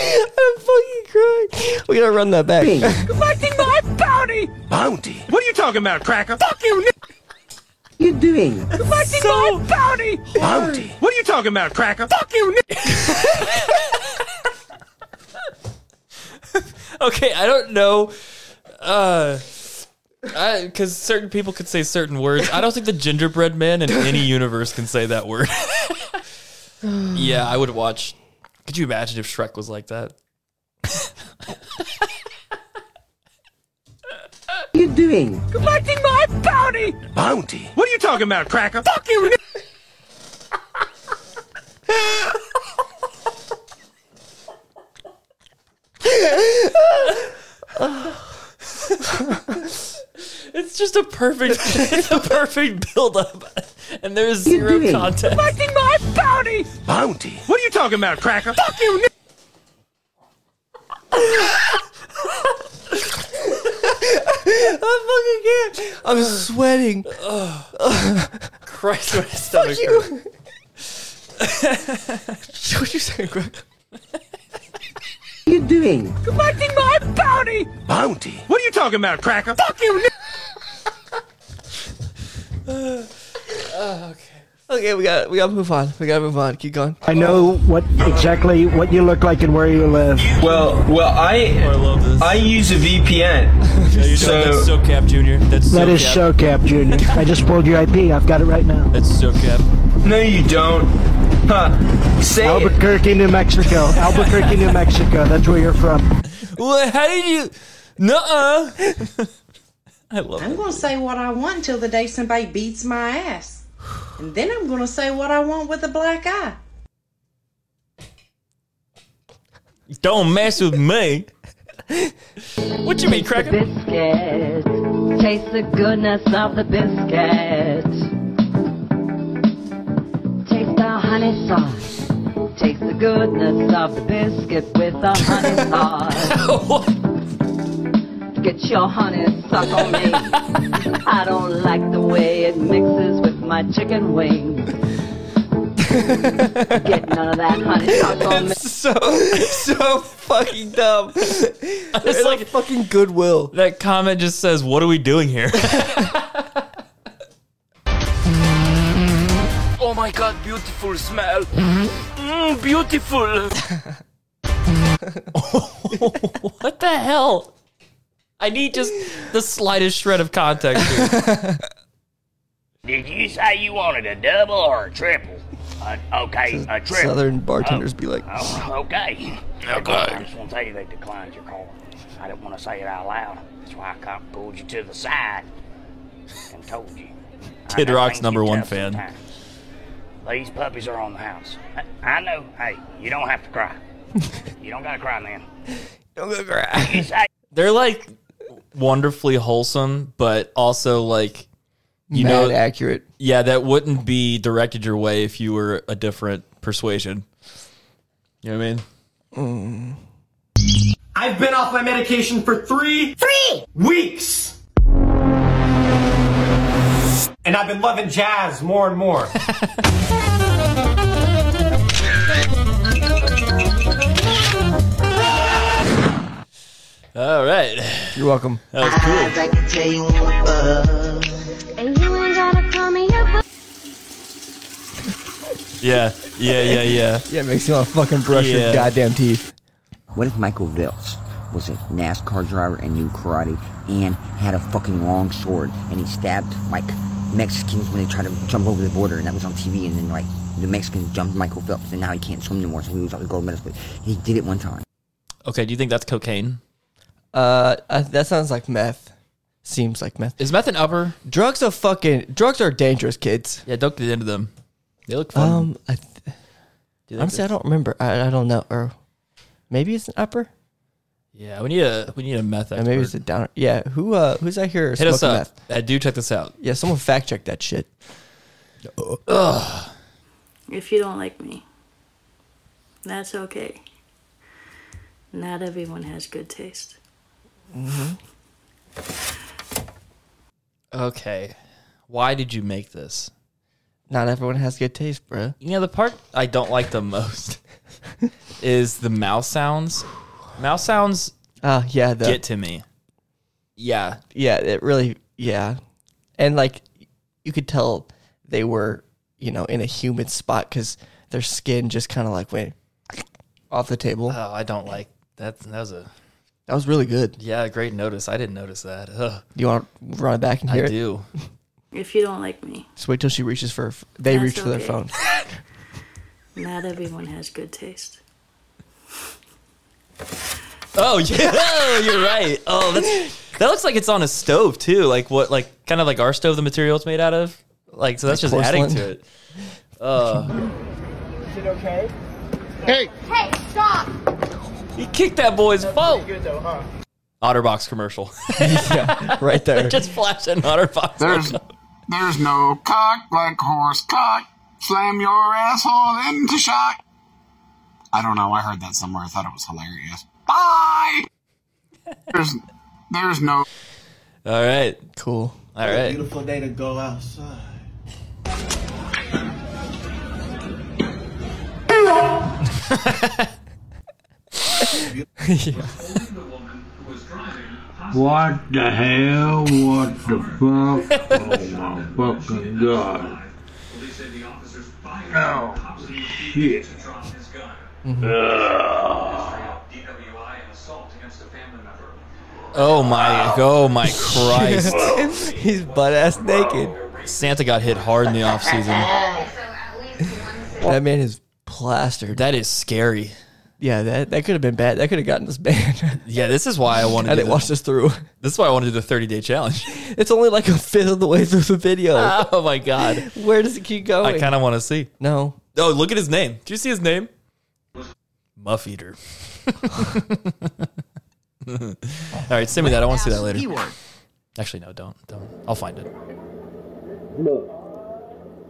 [SPEAKER 1] I'm fucking crying. We gotta run that back.
[SPEAKER 4] Collecting my bounty!
[SPEAKER 1] Bounty.
[SPEAKER 4] What are you talking about, Cracker? Fuck you!
[SPEAKER 30] you doing?
[SPEAKER 4] Collecting my bounty! Bounty. What are you talking about, Cracker? Fuck you!
[SPEAKER 2] Okay, I don't know. Uh. Because certain people could say certain words. I don't think the gingerbread man in any universe can say that word. yeah, I would watch. Could you imagine if Shrek was like that?
[SPEAKER 30] you doing?
[SPEAKER 4] Collecting my bounty! Bounty. What are you talking about, Cracker? Fuck you!
[SPEAKER 2] It's just a perfect, it's a perfect buildup, and there is zero context.
[SPEAKER 4] Collecting my bounty! Bounty. What are you talking about, Cracker? Fuck you!
[SPEAKER 1] I fucking can't. I'm sweating.
[SPEAKER 2] Christ, my stomach
[SPEAKER 1] Fuck you. what you saying, Greg?
[SPEAKER 30] you doing?
[SPEAKER 4] Collecting my bounty! Bounty. What are you talking about, Cracker? Fuck you!
[SPEAKER 1] Okay, we got we gotta move on. We gotta move on. Keep going.
[SPEAKER 16] I know what exactly what you look like and where you live.
[SPEAKER 31] Well, well, I I, use a VPN.
[SPEAKER 2] yeah, you're
[SPEAKER 31] so,
[SPEAKER 2] that's so cap, Junior. That's
[SPEAKER 16] That is so cap, Junior. I just pulled your IP. I've got it right now.
[SPEAKER 2] That's so cap.
[SPEAKER 31] No, you don't. Huh? Say
[SPEAKER 16] Albuquerque, New Mexico. Albuquerque, New Mexico. That's where you're from.
[SPEAKER 2] Well, how did you? Nuh-uh. I love
[SPEAKER 18] I'm going to say what I want until the day somebody beats my ass. And then I'm going to say what I want with a black eye.
[SPEAKER 2] Don't mess with me. What you mean, Cracker?
[SPEAKER 3] Biscuit. Taste the goodness of the biscuit. Taste the honey sauce. Taste the goodness of the biscuit with the honey sauce. Get your honey suck on me. I don't like the way it mixes with my chicken wings. Get none of that honey sauce on me.
[SPEAKER 1] so so fucking dumb.
[SPEAKER 2] It's like
[SPEAKER 1] fucking goodwill.
[SPEAKER 2] That comment just says, "What are we doing here?"
[SPEAKER 4] Oh my god, beautiful smell. Mm, beautiful.
[SPEAKER 2] what the hell? I need just the slightest shred of context. Here.
[SPEAKER 19] Did you say you wanted a double or a triple? Uh, okay, a triple.
[SPEAKER 1] Southern bartenders be like,
[SPEAKER 19] Oh, okay.
[SPEAKER 1] Okay.
[SPEAKER 19] I just want to tell you they declined your call. I didn't want to say it out loud. That's why I kind of pulled you to the side and told you. I
[SPEAKER 2] Kid
[SPEAKER 19] know
[SPEAKER 2] Rock's
[SPEAKER 19] things
[SPEAKER 2] number
[SPEAKER 19] get
[SPEAKER 2] one
[SPEAKER 19] tough
[SPEAKER 2] fan.
[SPEAKER 19] sometimes. These puppies are on the house. I- I know. Hey, you don't have to cry. you don't gotta cry, man.
[SPEAKER 1] Don't gotta cry.
[SPEAKER 19] You say
[SPEAKER 2] They're like wonderfully wholesome, but also like you
[SPEAKER 1] Mad
[SPEAKER 2] know
[SPEAKER 1] accurate.
[SPEAKER 2] Yeah, that wouldn't be directed your way if you were a different persuasion. You know what I mean?
[SPEAKER 28] I've been off my medication for three, three weeks, and I've been loving jazz more and more.
[SPEAKER 2] All right.
[SPEAKER 1] You're welcome.
[SPEAKER 2] That was cool.
[SPEAKER 3] I'd like to tell you And you ain't gonna call me up.
[SPEAKER 2] Yeah, yeah, yeah, yeah.
[SPEAKER 1] yeah, it makes you want to fucking brush
[SPEAKER 3] Yeah.
[SPEAKER 1] your goddamn teeth.
[SPEAKER 3] What if Michael Vils was a NASCAR driver and knew karate and had a fucking long sword and he stabbed like Mexicans when they tried to jump over the border and that was on TV and then like the Mexicans jumped Michael Phelps and now he can't swim anymore so he was all the gold medals but he did it one time.
[SPEAKER 2] Okay, do you think that's cocaine?
[SPEAKER 1] Uh, uh, that sounds like meth. Seems like meth.
[SPEAKER 2] Is meth an upper?
[SPEAKER 1] Drugs are fucking. Drugs are dangerous, kids.
[SPEAKER 2] Yeah, don't get into them. They look fun.
[SPEAKER 1] Um, I th-
[SPEAKER 2] Do you think
[SPEAKER 1] honestly, I don't remember. I, I don't know. Or maybe it's an upper.
[SPEAKER 2] Yeah, we need a we need a meth
[SPEAKER 1] Yeah,
[SPEAKER 2] expert.
[SPEAKER 1] maybe it's a downer. Yeah, who uh, who's out here
[SPEAKER 2] Hit
[SPEAKER 1] smoking
[SPEAKER 2] us up.
[SPEAKER 1] meth?
[SPEAKER 2] Uh, do check this out.
[SPEAKER 1] Yeah, someone fact check that shit.
[SPEAKER 2] Ugh.
[SPEAKER 20] If you don't like me, that's okay. Not everyone has good taste.
[SPEAKER 2] Okay, why did you make this?
[SPEAKER 1] Not everyone has good taste, bruh.
[SPEAKER 2] You know the part I don't like the most is the mouse sounds. Mouse sounds
[SPEAKER 1] Uh, yeah, the,
[SPEAKER 2] get to me. Yeah,
[SPEAKER 1] yeah, it really, yeah, and like you could tell they were, you know, in a humid spot because their skin just kind of like went off the table.
[SPEAKER 2] Oh, I don't like that. That was a
[SPEAKER 1] That was really good.
[SPEAKER 2] yeah, great notice. I didn't notice that. Ugh.
[SPEAKER 1] You want to run it back and
[SPEAKER 2] I
[SPEAKER 1] hear it?
[SPEAKER 2] do.
[SPEAKER 20] If you don't like me,
[SPEAKER 1] Just wait till she reaches for. Her, f- they
[SPEAKER 20] That's
[SPEAKER 1] reach for their
[SPEAKER 20] okay.
[SPEAKER 1] phone.
[SPEAKER 20] not everyone has good taste.
[SPEAKER 2] Oh yeah, you're right. Oh, that's, that looks like it's on a stove too. Like what? Like kind of like our stove, the material it's made out of. Like so, that's
[SPEAKER 1] Like
[SPEAKER 2] just adding
[SPEAKER 1] porcelain.
[SPEAKER 2] to it. Uh,
[SPEAKER 4] Is it okay?
[SPEAKER 19] Hey!
[SPEAKER 4] Hey, stop!
[SPEAKER 2] he kicked that boy's phone.
[SPEAKER 4] Good though, huh?
[SPEAKER 2] OtterBox commercial.
[SPEAKER 1] right there.
[SPEAKER 2] They just flashed an OtterBox.
[SPEAKER 21] There's-
[SPEAKER 2] logo.
[SPEAKER 21] There's no cock like horse cock. Slam your asshole into shock. I don't know. I heard that somewhere. I thought it was hilarious. Bye. There's, there's no.
[SPEAKER 2] All right.
[SPEAKER 1] Cool.
[SPEAKER 2] All right.
[SPEAKER 22] beautiful day to go outside. What the hell? What the fuck? Oh my fucking god. Oh shit.
[SPEAKER 2] Oh my. Oh my Christ.
[SPEAKER 1] He's butt ass naked.
[SPEAKER 2] Santa got hit hard in the off season.
[SPEAKER 1] That man is plastered.
[SPEAKER 2] That is scary.
[SPEAKER 1] Yeah, that that could have been bad. That could have gotten us banned.
[SPEAKER 2] Yeah, this is why I wanted.
[SPEAKER 1] I didn't watch this through.
[SPEAKER 2] This is why I wanted to do the 30 day challenge.
[SPEAKER 1] it's only like a fifth of the way through the video.
[SPEAKER 2] oh my god.
[SPEAKER 1] Uh, Where does it keep going?
[SPEAKER 2] I kind of want to see.
[SPEAKER 1] No.
[SPEAKER 2] Oh, look at his name. Do you see his name? Muff Eater. All right, send me that. I want to see that later.
[SPEAKER 4] Keyword.
[SPEAKER 2] Actually, no, don't, don't. I'll find it.
[SPEAKER 7] Look,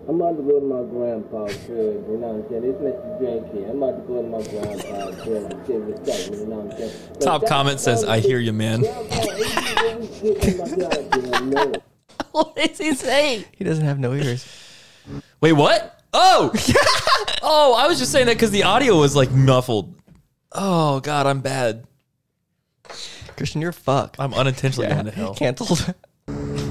[SPEAKER 7] I'm about to go to my grandpa's crib, you know what I'm saying? It's Mr. Drink here. I'm about to go to Oh my grandpa's crib and give it back, you know what I'm saying? But
[SPEAKER 2] Top
[SPEAKER 7] that-
[SPEAKER 2] comment says, "I hear you, man."
[SPEAKER 4] what is he saying?
[SPEAKER 1] He doesn't have no ears.
[SPEAKER 2] Wait, what? Oh, oh, I was just saying that because the audio was like muffled. Oh God, I'm bad.
[SPEAKER 1] Christian, you're fuck.
[SPEAKER 2] I'm unintentionally going to hell.
[SPEAKER 1] Cancelled.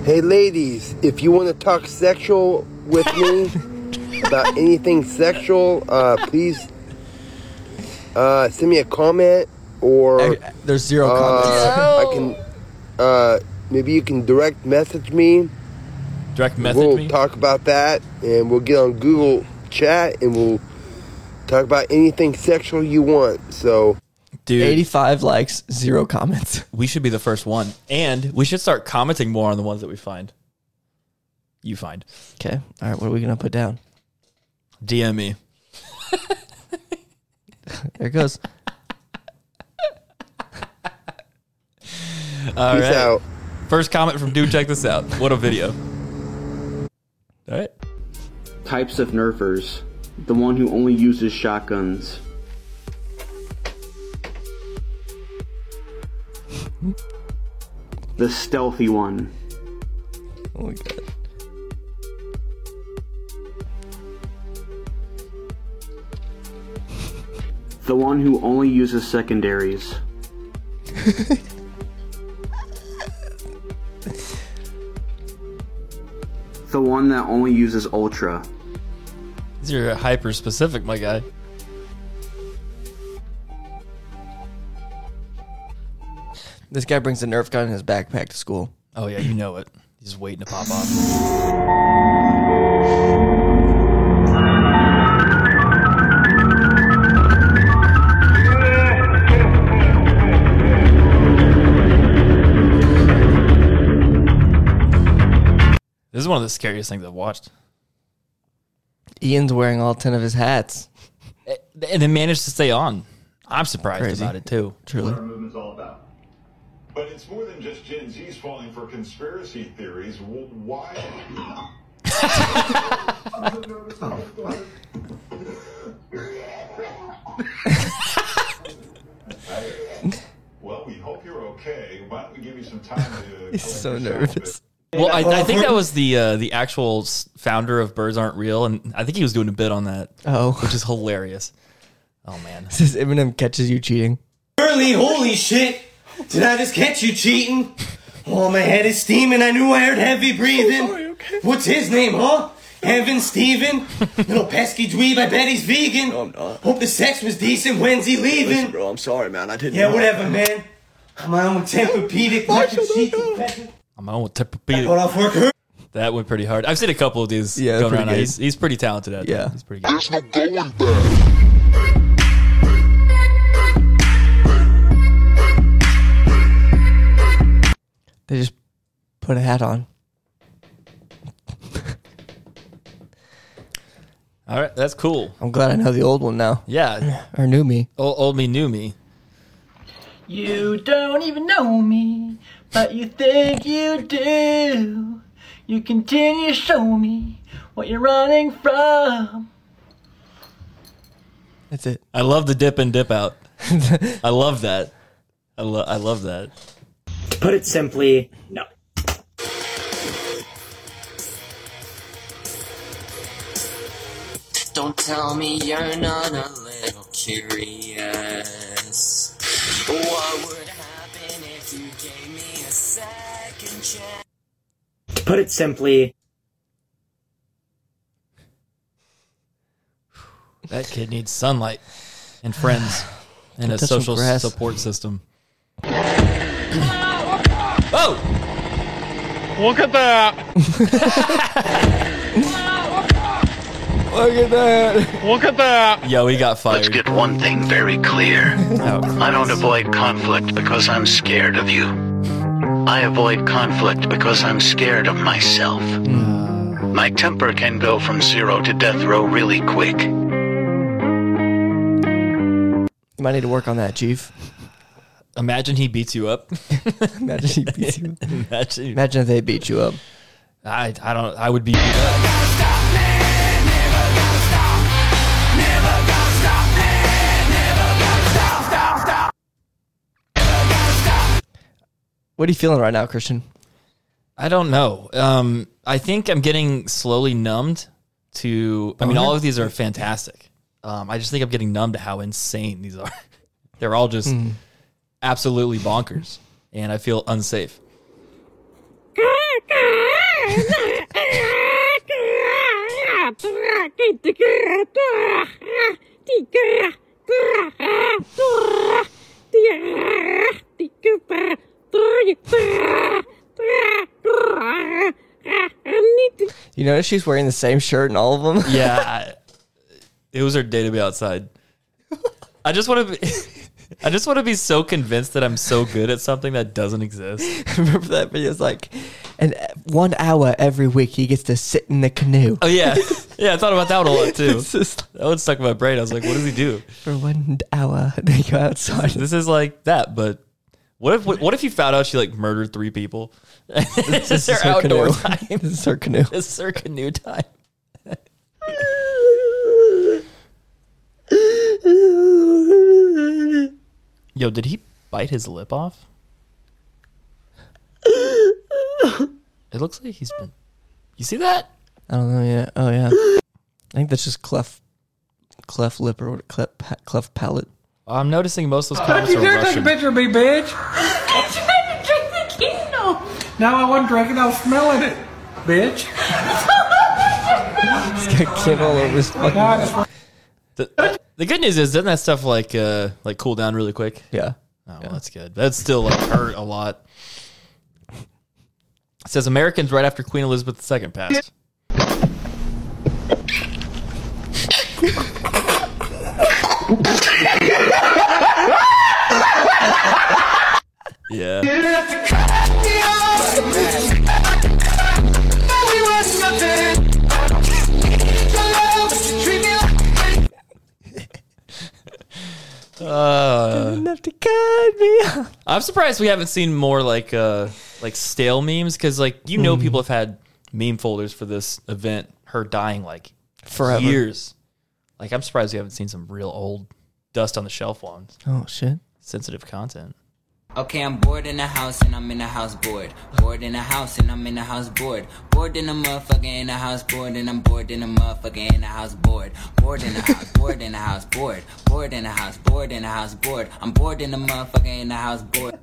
[SPEAKER 26] Hey, ladies, if you want to talk sexual with me about anything sexual, uh, please uh, send me a comment
[SPEAKER 15] Oh.
[SPEAKER 26] or
[SPEAKER 1] there's zero
[SPEAKER 26] uh,
[SPEAKER 1] comments.
[SPEAKER 26] I can uh, maybe you can direct message me.
[SPEAKER 2] Direct
[SPEAKER 26] message we'll talk about that, and we'll get on Google Chat, and we'll talk about anything sexual you want. So,
[SPEAKER 2] Dude.
[SPEAKER 1] 85 likes, zero comments.
[SPEAKER 2] We should be the first one, and we should start commenting more on the ones that we find. You find.
[SPEAKER 1] Okay. All right. What are we going to put down?
[SPEAKER 2] DM me.
[SPEAKER 1] There it goes.
[SPEAKER 2] All
[SPEAKER 26] Peace
[SPEAKER 2] right.
[SPEAKER 26] out.
[SPEAKER 2] First comment from dude. Check this out. What a video. All right.
[SPEAKER 23] Types of nerfers. The one who only uses shotguns. The stealthy one.
[SPEAKER 1] Oh my god.
[SPEAKER 23] The one who only uses secondaries. the one that only uses ultra.
[SPEAKER 2] These are hyper specific, my guy.
[SPEAKER 1] This guy brings a Nerf gun in his backpack to school.
[SPEAKER 2] Oh yeah, you know it. He's just waiting to pop off. This is one of the scariest things I've watched.
[SPEAKER 1] Ian's wearing all 10 of his hats.
[SPEAKER 2] And they managed to stay on. I'm surprised
[SPEAKER 1] Crazy.
[SPEAKER 2] about it too.
[SPEAKER 1] Truly.
[SPEAKER 24] our movement's all about. But it's more than just Gen Z's falling for conspiracy theories. W- Why? well, we hope you're okay. Why don't we give you some time to.
[SPEAKER 1] He's so nervous.
[SPEAKER 2] Well, I, I think that was the uh, the actual s- founder of Birds Aren't Real, and I think he was doing a bit on that.
[SPEAKER 1] Oh.
[SPEAKER 2] which is hilarious. Oh man,
[SPEAKER 1] Says Eminem catches you cheating.
[SPEAKER 15] Early, holy shit! Did I just catch you cheating? Oh, my head is steaming. I knew I heard heavy breathing. What's his name, huh? Evan Steven? Little pesky dweeb, I bet he's vegan. No, I'm not. Hope the sex was decent. When's he leaving?
[SPEAKER 32] Listen, bro, Oh, I'm sorry, man. I didn't.
[SPEAKER 15] yeah,
[SPEAKER 32] know.
[SPEAKER 15] whatever, man. I'm my own tempur-pedic, fucking cheeky peasant.
[SPEAKER 2] I'm on with Tempur-Pedic.
[SPEAKER 15] Got off work
[SPEAKER 2] That went pretty hard. I've seen a couple of these
[SPEAKER 1] Yeah,
[SPEAKER 2] going
[SPEAKER 1] pretty
[SPEAKER 2] around.
[SPEAKER 1] good.
[SPEAKER 2] He's, he's pretty talented at
[SPEAKER 1] Yeah.
[SPEAKER 2] that. He's pretty good. There's
[SPEAKER 24] no going
[SPEAKER 1] They just put a hat on.
[SPEAKER 2] All right, that's cool.
[SPEAKER 1] I'm glad I know the old one now.
[SPEAKER 2] Yeah.
[SPEAKER 1] Or knew me.
[SPEAKER 2] Old, old me, new me.
[SPEAKER 33] You don't even know me, but you think you do. You continue to show me what you're running from.
[SPEAKER 1] That's it.
[SPEAKER 2] I love the dip and dip out. I love that. I, lo- I love that.
[SPEAKER 15] To put it simply, no.
[SPEAKER 34] Don't tell me you're not a little curious. What would happen if you gave me a second chance?
[SPEAKER 15] To put it simply,
[SPEAKER 2] That kid needs sunlight and friends and a
[SPEAKER 1] Touch some
[SPEAKER 2] social
[SPEAKER 1] grass.
[SPEAKER 2] support system. Oh!
[SPEAKER 4] Look at that.
[SPEAKER 1] Look at that.
[SPEAKER 4] Look at that.
[SPEAKER 2] Yo, we got fired. Let's
[SPEAKER 35] get one thing very clear.
[SPEAKER 1] Oh.
[SPEAKER 35] I don't avoid conflict because I'm scared of you. I avoid conflict because I'm scared of myself. My temper can go from zero to death row really quick.
[SPEAKER 1] might need to work on that, Chief.
[SPEAKER 2] Imagine he beats you up.
[SPEAKER 1] Imagine he beats you
[SPEAKER 2] up. Imagine.
[SPEAKER 1] Imagine if they beat you up.
[SPEAKER 2] I, I don't. I would be. beat up.
[SPEAKER 1] What are you feeling right now, Christian?
[SPEAKER 2] I don't know. Um, I think I'm getting slowly numbed to. I mean, all of these are fantastic. Um, I just think I'm getting numb to how insane these are. They're all just
[SPEAKER 1] Hmm.
[SPEAKER 2] absolutely bonkers, and I feel unsafe.
[SPEAKER 1] You notice she's wearing the same shirt in all of them?
[SPEAKER 2] Yeah, I, it was her day to be outside. I just want to be. I just want to be so convinced that I'm so good at something that doesn't exist.
[SPEAKER 1] Remember that video? It's like, and uh, one hour every week he gets to sit in the canoe.
[SPEAKER 2] Oh yeah, yeah. I thought about that one a lot too.
[SPEAKER 1] It's just-
[SPEAKER 2] That one stuck in my brain. I was like, "What does he do?"
[SPEAKER 1] For one hour, they go outside.
[SPEAKER 2] This is like that, but what if what if you found out she like murdered three people? this is their
[SPEAKER 1] her
[SPEAKER 2] outdoor
[SPEAKER 1] canoe.
[SPEAKER 2] time.
[SPEAKER 1] This is her canoe.
[SPEAKER 2] This is her canoe time. Yo, did he bite his lip off? It looks like he's been. You see that?
[SPEAKER 1] I don't know. Yeah. Oh yeah. I think that's just cleft, cleft lip or what- cleft pa- cleft palate.
[SPEAKER 2] I'm noticing most of those
[SPEAKER 33] Don't
[SPEAKER 2] comments
[SPEAKER 33] you
[SPEAKER 2] are
[SPEAKER 33] dare take a
[SPEAKER 2] Russian.
[SPEAKER 33] picture of me, bitch!
[SPEAKER 4] I'm trying to drink the candle.
[SPEAKER 33] Now I wasn't drinking, I was smelling it, bitch.
[SPEAKER 1] He's got Kim all over his fucking.
[SPEAKER 2] The, the good news is, doesn't that stuff like uh like cool down really quick?
[SPEAKER 1] Yeah.
[SPEAKER 2] Oh, well, that's good. That's still like hurt a lot. It says Americans right after Queen Elizabeth II passed. yeah. Uh,
[SPEAKER 1] Enough to cut me. off.
[SPEAKER 2] I'm surprised we haven't seen more like uh like stale memes because like you know people have had meme folders for this event. Her dying like
[SPEAKER 1] Forever.
[SPEAKER 2] years. Like I'm surprised we haven't seen some real old dust on the shelf ones.
[SPEAKER 1] Oh shit.
[SPEAKER 2] Sensitive content.
[SPEAKER 5] Okay, I'm bored in the house and I'm in the house bored. Bored in the house and I'm in the house bored. Bored in the motherfucker in the house bored and I'm bored in the motherfucker in the house bored. Bored in the house, bored in the house bored. Bored in the house, bored in the house bored. I'm bored in the motherfucker in the house bored.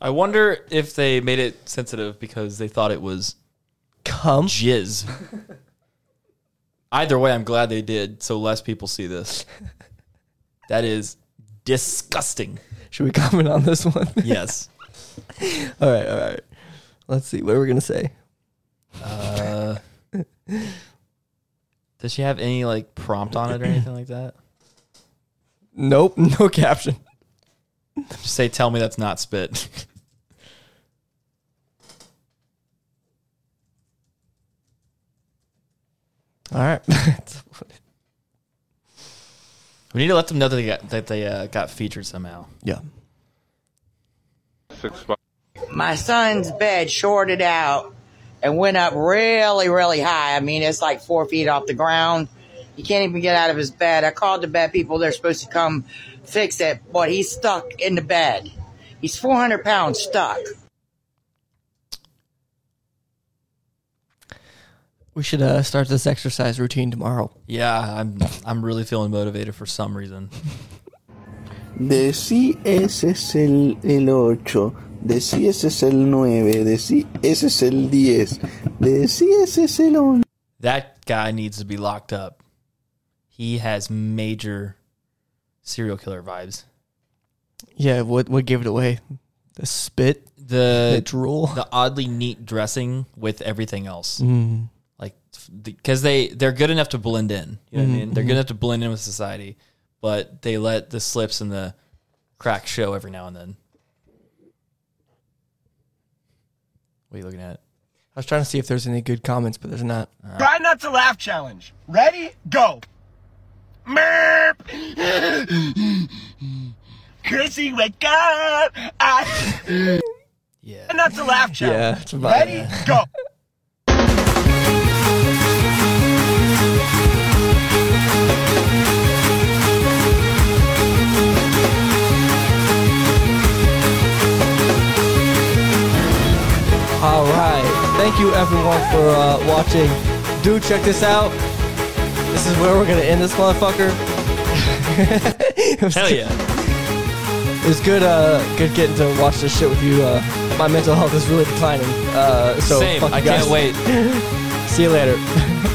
[SPEAKER 2] I wonder if they made it sensitive because they thought it was
[SPEAKER 1] cum
[SPEAKER 2] jizz. Either way, I'm glad they did, so less people see this. That is disgusting.
[SPEAKER 1] Should we comment on this one?
[SPEAKER 2] Yes.
[SPEAKER 1] all right. All right. Let's see. What are we gonna say?
[SPEAKER 2] Uh, does she have any like prompt on it or anything like that?
[SPEAKER 1] Nope. No caption.
[SPEAKER 2] Just say, "Tell me that's not spit."
[SPEAKER 1] All right.
[SPEAKER 2] we need to let them know that they got that they uh, got featured somehow.
[SPEAKER 1] Yeah.
[SPEAKER 5] My son's bed shorted out and went up really, really high. I mean, it's like four feet off the ground. He can't even get out of his bed. I called the bed people. They're supposed to come fix it, but he's stuck in the bed. He's 400 pounds stuck.
[SPEAKER 1] We should uh, start this exercise routine tomorrow.
[SPEAKER 2] Yeah, I'm I'm really feeling motivated for some reason.
[SPEAKER 23] De sí ese es el, el 8, de sí ese es el 9, de sí ese es el 10, de sí ese es el 11.
[SPEAKER 2] That guy needs to be locked up. He has major serial killer vibes.
[SPEAKER 1] Yeah. What what gave it away? The spit. Uh,
[SPEAKER 2] The
[SPEAKER 1] the drool.
[SPEAKER 2] the oddly neat dressing with everything else.
[SPEAKER 1] Mm.
[SPEAKER 2] Like because they they're good enough to blend in. You know what I mean?
[SPEAKER 1] Mhm,
[SPEAKER 2] They're good
[SPEAKER 1] mhm.
[SPEAKER 2] enough to blend in with society, but they let the slips and the cracks show every now and then. What are you looking at?
[SPEAKER 1] I was trying to see if there's any good comments, but there's not.
[SPEAKER 33] Try not to laugh challenge. Ready? Go.
[SPEAKER 4] Merp! Chrissy, wake up! I... Yeah. And that's a laugh track.
[SPEAKER 1] Yeah, it's about-
[SPEAKER 4] Ready? Go.
[SPEAKER 1] All right. Thank you, everyone, for uh, watching. Do check this out. This is where we're going to end this motherfucker. Hell yeah. It was good, uh, good getting to watch this shit with you. Uh, my mental health is really declining. Uh, so
[SPEAKER 2] Same.
[SPEAKER 1] fuck you
[SPEAKER 2] I can't
[SPEAKER 1] guys.
[SPEAKER 2] wait.
[SPEAKER 1] See you later.